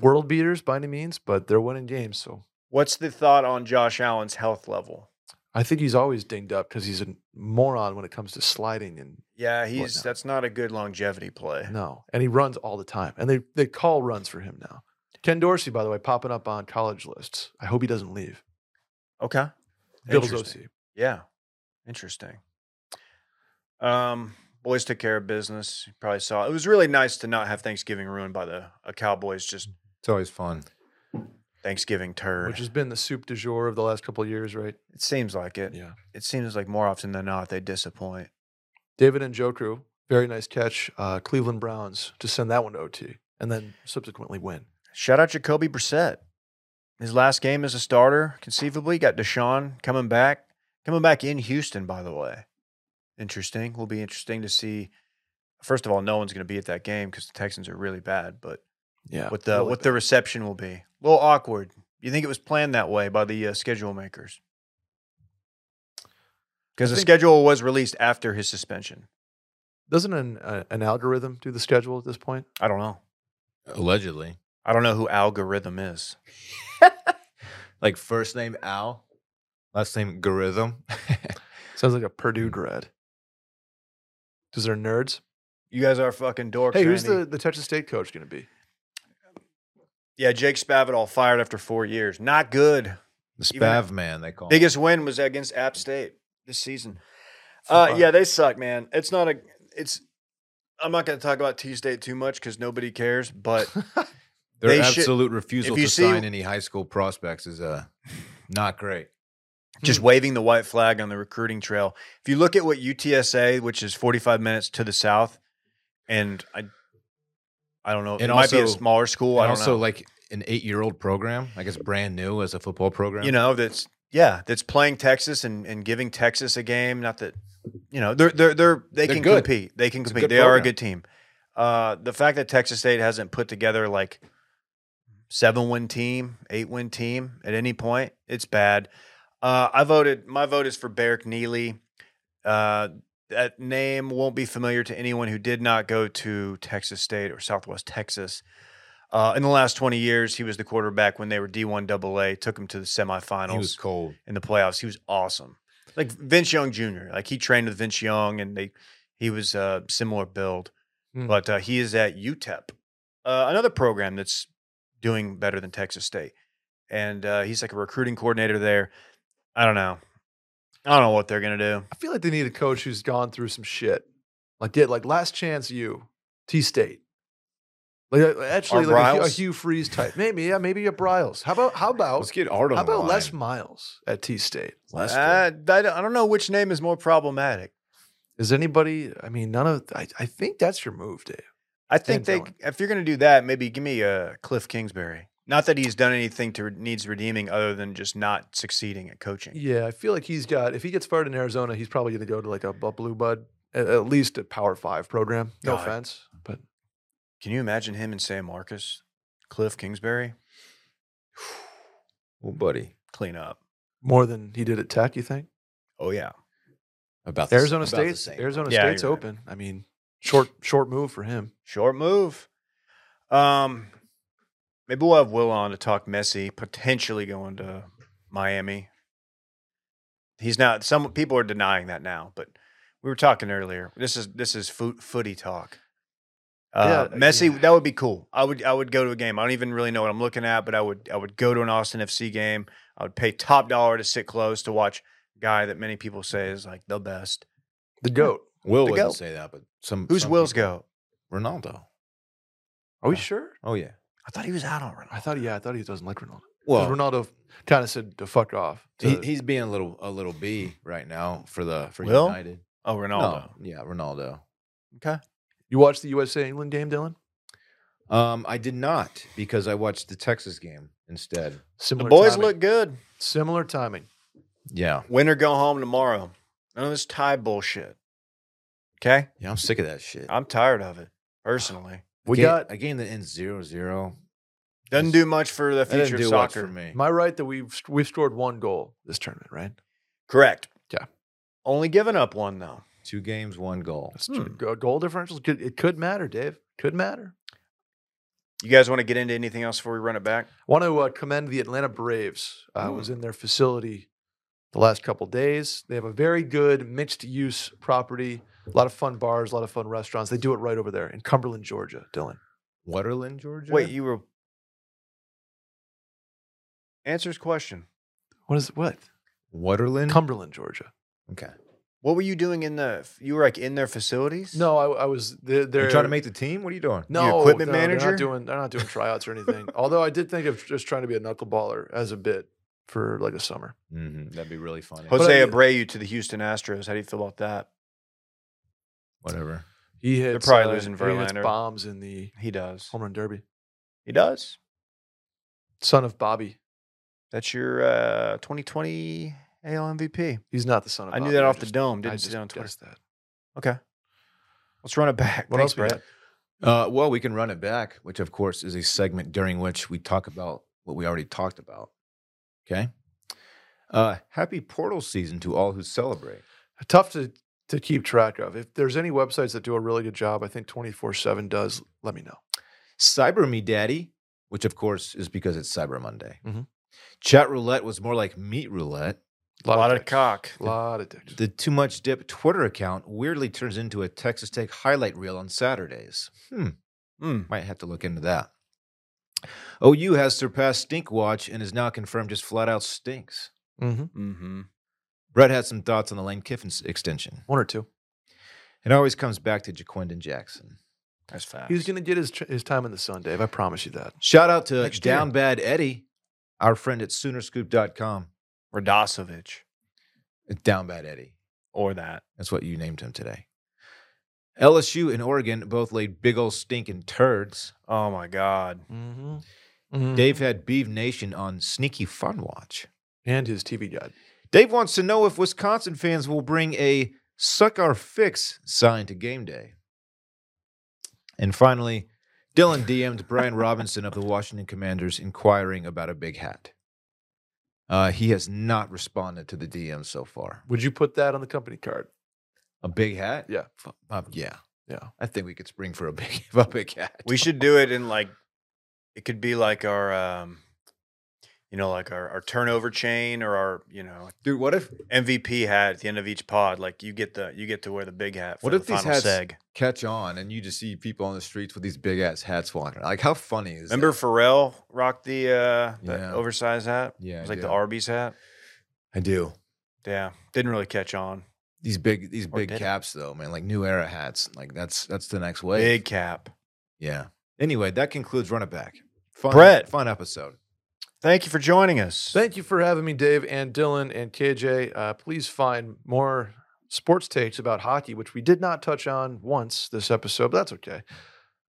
Speaker 4: world beaters by any means, but they're winning games. So
Speaker 2: What's the thought on Josh Allen's health level?
Speaker 4: I think he's always dinged up because he's a moron when it comes to sliding and
Speaker 2: Yeah, he's
Speaker 4: now?
Speaker 2: that's not a good longevity play.
Speaker 4: no, and he runs all the time, and they they call runs for him now. Ken Dorsey, by the way, popping up on college lists. I hope he doesn't leave.
Speaker 2: Okay.
Speaker 4: Bills
Speaker 2: Interesting.
Speaker 4: OC.
Speaker 2: Yeah. Interesting. Um, boys took care of business. You probably saw it was really nice to not have Thanksgiving ruined by the a Cowboys just
Speaker 3: it's always fun.
Speaker 2: Thanksgiving turd.
Speaker 4: Which has been the soup du jour of the last couple of years, right?
Speaker 2: it seems like it.
Speaker 4: Yeah.
Speaker 2: It seems like more often than not they disappoint.
Speaker 4: David and Joku, very nice catch. Uh, Cleveland Browns to send that one to OT and then subsequently win.
Speaker 2: Shout out Jacoby Brissett. His last game as a starter, conceivably, got Deshaun coming back, coming back in Houston, by the way. Interesting. Will be interesting to see. First of all, no one's going to be at that game because the Texans are really bad. But
Speaker 4: Yeah.
Speaker 2: what the what the reception will be? A little awkward. You think it was planned that way by the uh, schedule makers? Because the
Speaker 4: think-
Speaker 2: schedule was released after his suspension.
Speaker 4: Doesn't an uh, an algorithm do the schedule at this point?
Speaker 2: I don't know.
Speaker 3: Allegedly,
Speaker 2: I don't know who algorithm is.
Speaker 3: like first name Al, last name Gorithm.
Speaker 4: Sounds like a Purdue grad. Because they're Hmm. nerds.
Speaker 2: You guys are fucking dorks.
Speaker 4: Hey, who's
Speaker 2: Randy.
Speaker 4: the, the Texas State coach going to be?
Speaker 2: Yeah, Jake Spavital fired after four years. Not good.
Speaker 3: the
Speaker 2: Even-
Speaker 3: Spav man, they call. him.
Speaker 2: Biggest win was against App State this season. Uh, yeah, they suck, man. It's not a. It's. I'm not going to talk about T State too much because nobody cares. But
Speaker 3: Their
Speaker 2: They should-
Speaker 3: absolute refusal
Speaker 2: you
Speaker 3: to
Speaker 2: see-
Speaker 3: sign any high school prospects is uh not great.
Speaker 2: just waving the white flag on the recruiting trail. If you look at what UTSA, which is 45 minutes to the south, and I, I don't know, it
Speaker 3: And
Speaker 2: might be a
Speaker 3: also-
Speaker 2: smaller school. I
Speaker 3: and
Speaker 2: don't
Speaker 3: also,
Speaker 2: know.
Speaker 3: like an eight-year-old program, like it's brand new as a football program.
Speaker 2: you know that's yeah that's playing Texas and, and giving Texas a game. Not that you know they're they're, they're they
Speaker 3: They're
Speaker 2: can
Speaker 3: good.
Speaker 2: compete. They can
Speaker 3: It's a
Speaker 2: compete.
Speaker 3: good
Speaker 2: They are a
Speaker 3: program.
Speaker 2: good team. Uh, the fact that Texas State hasn't put together like seven win team, eight win team at any point, it's bad. Uh, I voted. My vote is for Barrick Neely. Uh, that name won't be familiar to anyone who did not go to Texas State or Southwest Texas. Uh, in the last 20 years, he was the quarterback when they were D1 AA, took him to the semifinals
Speaker 3: he was cold.
Speaker 2: in the playoffs. He was awesome. Like Vince Young Jr. Like he trained with Vince Young, and they he was uh, similar build,
Speaker 4: Hmm.
Speaker 2: but uh, he is at UTEP, uh, another program that's doing better than Texas State, and uh, he's like a recruiting coordinator there. I don't know. I don't know what they're gonna do.
Speaker 4: I feel like they need a coach who's gone through some shit. Like did like last chance you, T State. Like uh, actually
Speaker 2: Art
Speaker 4: like a, Hugh- a
Speaker 2: Briles?
Speaker 4: Hugh Freeze type. Maybe, yeah, maybe a Bryles. How about how
Speaker 3: Let's
Speaker 4: about
Speaker 3: get Art on
Speaker 4: how
Speaker 3: the
Speaker 4: about
Speaker 3: line.
Speaker 4: Les Miles at T State?
Speaker 3: Lester.
Speaker 2: Uh, I don't I don't know which name is more problematic.
Speaker 4: Is anybody I mean, none of I, I think that's your move, Dave.
Speaker 2: I think they,
Speaker 4: Dylan.
Speaker 2: if you're going to do that, maybe give me a Cliff Kingsbury. Not that he's done anything to needs redeeming other than just not succeeding at coaching.
Speaker 4: Yeah, I feel like he's got if he gets fired in Arizona, he's probably gonna go to like a, a blue bud, at, at least a power five program. No
Speaker 2: God.
Speaker 4: offense. But
Speaker 2: Can you imagine him and Sam Marcus, Cliff Kingsbury,
Speaker 3: well, buddy,
Speaker 2: clean up?
Speaker 4: more than he did at Tech, you think?
Speaker 2: Oh yeah,
Speaker 3: about the-
Speaker 4: Arizona
Speaker 3: about the
Speaker 4: State's
Speaker 3: same.
Speaker 4: Arizona
Speaker 2: Yeah,
Speaker 4: State's
Speaker 2: you're right.
Speaker 4: open. I mean, short short move for him.
Speaker 2: short move. Um, maybe we'll have Will on to talk Messi potentially going to Miami. He's not. Some people are denying that now, but we were talking earlier. This is this is foot, footy talk. Uh,
Speaker 4: Yeah,
Speaker 2: Messi,
Speaker 4: yeah.
Speaker 2: that would be cool. I would I would go to a game. I don't even really know what I'm looking at, but I would I would go to an Austin FC game. I would pay top dollar to sit close to watch a guy that many people say is like the best.
Speaker 4: The goat.
Speaker 3: Will
Speaker 2: to
Speaker 3: wouldn't
Speaker 2: go.
Speaker 3: say that, but some
Speaker 2: Who's
Speaker 3: some
Speaker 2: Will's
Speaker 3: people-
Speaker 2: go?
Speaker 3: Ronaldo.
Speaker 4: Are we
Speaker 3: Yeah.
Speaker 4: sure?
Speaker 3: Oh yeah.
Speaker 2: I thought he was out on Ronaldo.
Speaker 4: I thought, yeah, I thought he doesn't like Ronaldo. 'Cause
Speaker 3: Well,
Speaker 4: Ronaldo kind of said to fuck off.
Speaker 3: he,
Speaker 4: to-
Speaker 3: he's being a little a little B right now for the for
Speaker 2: Will?
Speaker 3: United.
Speaker 2: Oh, Ronaldo.
Speaker 3: No, yeah, Ronaldo.
Speaker 4: you watched the USA England game, Dylan?
Speaker 3: Um, I did not because I watched the Texas game instead.
Speaker 2: The
Speaker 4: Similar
Speaker 2: boys
Speaker 4: timing.
Speaker 2: look good.
Speaker 4: similar timing.
Speaker 3: Yeah,
Speaker 2: Win or go home tomorrow. None of this tie bullshit. Okay?
Speaker 3: yeah, I'm sick of that shit.
Speaker 2: I'm tired of it, personally.
Speaker 4: We
Speaker 3: Ga-
Speaker 4: got.
Speaker 3: a game that ends 0-0.
Speaker 2: Doesn't do much for the
Speaker 3: That didn't
Speaker 2: future of
Speaker 3: do much for
Speaker 2: soccer.
Speaker 3: me.
Speaker 4: Am I right that we've we've scored one goal this tournament? Right.
Speaker 2: Correct.
Speaker 4: Yeah.
Speaker 2: Only giving up one, though.
Speaker 3: Two games, one goal.
Speaker 4: That's true. Go- Goal differentials. Could, it could matter, Dave. Could matter.
Speaker 2: You guys want to get into anything else before we run it back?
Speaker 4: Want to uh, commend the Atlanta Braves. I was in their facility the last couple days. They have a very good mixed use property. A lot of fun bars. A lot of fun restaurants. They do it right over there in Cumberland, Georgia. Dylan.
Speaker 3: Waterland, Georgia.
Speaker 2: Wait, you were. Answers question.
Speaker 4: What is what?
Speaker 3: Waterland?
Speaker 4: Cumberland, Georgia.
Speaker 3: okay.
Speaker 2: What were you doing in the. You were like in their facilities?
Speaker 4: No, I, I was. They're,
Speaker 3: You're
Speaker 4: they're
Speaker 3: trying to make the team. What are you doing?
Speaker 4: no
Speaker 2: equipment
Speaker 4: no, They're
Speaker 2: manager?
Speaker 4: not doing. They're not doing tryouts or anything. Although I did think of just trying to be a knuckleballer as a bit for like a summer.
Speaker 3: hmm That'd be really funny.
Speaker 2: Jose
Speaker 4: I-
Speaker 2: Abreu to the Houston Astros. How do you feel about that?
Speaker 3: Whatever.
Speaker 4: He hits. uh,
Speaker 2: probably losing
Speaker 4: he hits
Speaker 2: Verlander.
Speaker 4: bombs in the
Speaker 2: He
Speaker 3: Oh
Speaker 2: does.
Speaker 4: home run derby.
Speaker 2: He does.
Speaker 4: Son of Bobby.
Speaker 2: That's your uh, 2020 AL MVP.
Speaker 4: He's not the son of.
Speaker 2: I knew
Speaker 4: Bobby,
Speaker 2: that off
Speaker 4: just-
Speaker 2: the dome.
Speaker 4: I
Speaker 2: Didn't
Speaker 4: just
Speaker 2: see it on Twitter.
Speaker 4: guessed that.
Speaker 2: Okay. Let's run it back.
Speaker 4: What
Speaker 2: Thanks,
Speaker 4: else we got?
Speaker 2: Brett.
Speaker 3: Uh, well, we can run it back, which of course is a segment during which we talk about what we already talked about. Okay. Uh, happy portal season to all who celebrate.
Speaker 4: Tough to to keep track of. If there's any websites that do a really good job, I think twenty four seven does. Let me know.
Speaker 3: Cyber Me Daddy, which of course is because it's Cyber Monday.
Speaker 4: Mhm.
Speaker 3: Chat Roulette was more like Meat Roulette.
Speaker 2: A
Speaker 4: A lot,
Speaker 2: lot
Speaker 4: of
Speaker 2: of
Speaker 4: dicks.
Speaker 2: cock.
Speaker 4: A lot of dicks.
Speaker 3: The Too Much Dip Twitter account weirdly turns into a Texas Tech highlight reel on Saturdays. Hmm.
Speaker 2: Mm.
Speaker 3: Might have to look into that. OU has surpassed Stink Watch and is now confirmed just flat out stinks.
Speaker 4: Mm-hmm.
Speaker 2: Mm-hmm.
Speaker 3: Brett had some thoughts on the Lane Kiffin s- extension.
Speaker 4: One or two.
Speaker 3: It always comes back to Jaquindon Jackson.
Speaker 2: That's fast.
Speaker 4: He's gonna get his tr- his time in the sun, Dave. I promise you that.
Speaker 3: Shout out to
Speaker 2: Next year.
Speaker 3: Down Bad Eddie, our friend at Soonerscoop.com.
Speaker 2: Radosovich
Speaker 3: Down bad Eddie.
Speaker 2: or that.
Speaker 3: That's what you named him today. LSU and Oregon both laid big old stinking turds.
Speaker 2: Oh my God.
Speaker 4: Mm-hmm.
Speaker 3: Dave had Beeve Nation on Sneaky Fun Watch.
Speaker 4: and his TV guide.
Speaker 3: Dave wants to know if Wisconsin fans will bring a suck our fix sign to game day. And finally, Dylan DM'd Brian Robinson of the Washington Commanders inquiring about a big hat. Uh, he has not responded to the DM so far.
Speaker 4: Would you put that on the company card?
Speaker 3: A big hat?
Speaker 4: Yeah.
Speaker 3: Fu- uh, yeah.
Speaker 4: Yeah.
Speaker 3: I think we could spring for a big, a big hat.
Speaker 2: We should do it in like, it could be like our, um, you know, like our, our turnover chain or our, you know,
Speaker 3: Dude, what if
Speaker 2: MVP hat at the end of each pod. Like you get the you get to wear the big hat. For
Speaker 3: What
Speaker 2: the
Speaker 3: if these
Speaker 2: final
Speaker 3: hats-
Speaker 2: seg.
Speaker 3: catch on and you just see people on the streets with these big ass hats wandering? Like, how funny is
Speaker 2: Remember
Speaker 3: that?
Speaker 2: Pharrell rocked the uh the
Speaker 3: Yeah.
Speaker 2: oversized hat?
Speaker 3: Yeah,
Speaker 2: It
Speaker 3: I
Speaker 2: was like
Speaker 3: do.
Speaker 2: the Arby's hat.
Speaker 3: I do.
Speaker 2: Yeah. Didn't really catch on.
Speaker 3: These big these
Speaker 2: Or
Speaker 3: big
Speaker 2: did it?
Speaker 3: caps though, man, like new era hats. Like that's that's the next wave.
Speaker 2: Big cap.
Speaker 3: Yeah. Anyway, that concludes Run It Back. Fun,
Speaker 2: Brett.
Speaker 3: fun episode.
Speaker 2: Thank you for joining us.
Speaker 4: Thank you for having me, Dave and Dylan and KJ. Uh, please find more sports takes about hockey, which we did not touch on once this episode, but that's okay.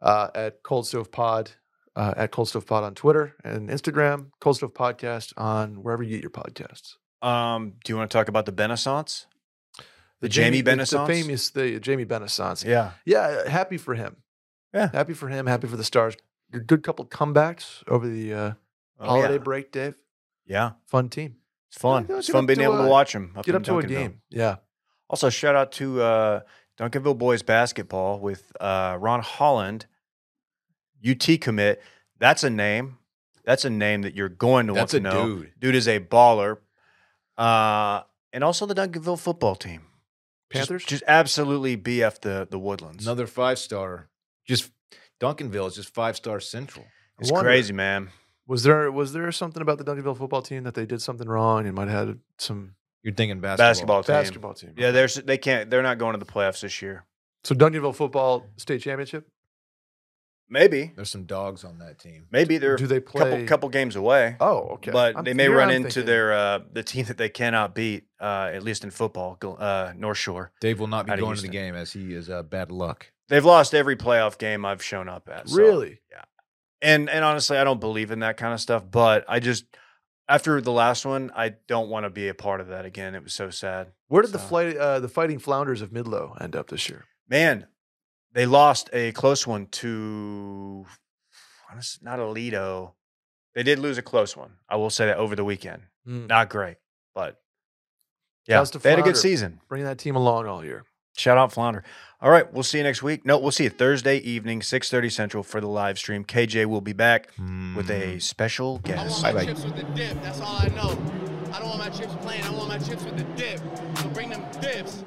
Speaker 4: Uh, at Cold Stove Pod, uh, at Cold Stove Pod on Twitter and Instagram, Cold Stove Podcast on wherever you get your podcasts.
Speaker 2: um, do you want to talk about the Renaissance? The Jamie
Speaker 4: the
Speaker 2: Benaissance?
Speaker 4: famous the Jamie Benaissance. Yeah. uh,
Speaker 2: Yeah.
Speaker 4: happy for him.
Speaker 2: Yeah.
Speaker 4: happy for him. Happy for the stars. Good good couple comebacks over the uh, holiday
Speaker 2: Oh, yeah.
Speaker 4: break, Dave.
Speaker 2: Yeah.
Speaker 4: Fun team.
Speaker 2: It's fun.
Speaker 4: Yeah,
Speaker 2: it's
Speaker 4: get
Speaker 2: fun
Speaker 4: up
Speaker 2: being
Speaker 4: to
Speaker 2: able to
Speaker 4: a-
Speaker 2: watch them.
Speaker 4: Get up to a game. Yeah.
Speaker 2: Also, shout out to uh, Duncanville boys basketball with uh, Ron Holland, UT commit. That's a name. That's a name that you're going to want
Speaker 3: That's
Speaker 2: to
Speaker 3: a
Speaker 2: know.
Speaker 3: dude.
Speaker 2: is a baller. Uh, and also the Duncanville football team. Just-
Speaker 4: Panthers?
Speaker 2: Just, absolutely BF the, the Woodlands.
Speaker 3: Another five star. Just Duncanville is just five star central.
Speaker 2: it's
Speaker 4: wonder-
Speaker 2: crazy, man.
Speaker 4: Was there was there something about the Duncanville football team that they did something wrong and might have had some
Speaker 3: You're thinking basketball.
Speaker 2: Basketball, team.
Speaker 4: basketball team?
Speaker 2: Yeah, they're, they can't. They're not going to the playoffs this year.
Speaker 4: So Duncanville football state championship.
Speaker 2: Maybe,
Speaker 3: There's some dogs on that team.
Speaker 2: maybe they're
Speaker 4: Do they
Speaker 2: a
Speaker 4: play?
Speaker 2: couple couple games away.
Speaker 4: oh, okay.
Speaker 2: But
Speaker 4: I'm-
Speaker 2: they may
Speaker 4: here
Speaker 2: run
Speaker 4: I'm
Speaker 2: into
Speaker 4: thinking-
Speaker 2: their uh, the team that they cannot beat, uh, at least in football, Gl- uh, North Shore.
Speaker 3: Dave will not be
Speaker 2: Out of
Speaker 3: going to the
Speaker 2: Houston.
Speaker 3: game as he is uh, bad luck.
Speaker 2: They've lost every playoff game I've shown up at. so-
Speaker 4: really.
Speaker 2: And and honestly, I don't believe in that kind of stuff. But I just after the last one, I don't want to be a part of that again. It was so sad.
Speaker 4: Where did the
Speaker 2: So-
Speaker 4: flight uh, the Fighting Flounders of Midlow end up this year?
Speaker 2: Man, they lost a close one to honestly not Alito. They did lose a close one. I will say that over the weekend.
Speaker 4: Hmm.
Speaker 2: Not great, but yeah,
Speaker 4: Shouts to
Speaker 2: they had a good
Speaker 4: Flounder.
Speaker 2: season.
Speaker 4: Bringing that team along all year.
Speaker 2: Shout out Flounder. All right, we'll see you next week. No, we'll see you Thursday evening, 6:30 Central for the live stream. KJ will be back with a special
Speaker 7: I want
Speaker 2: guest.
Speaker 7: my
Speaker 3: Like-
Speaker 7: chips with the dip. That's all I know. I don't want my chips plain. I want my chips with the dip. So bring them dips.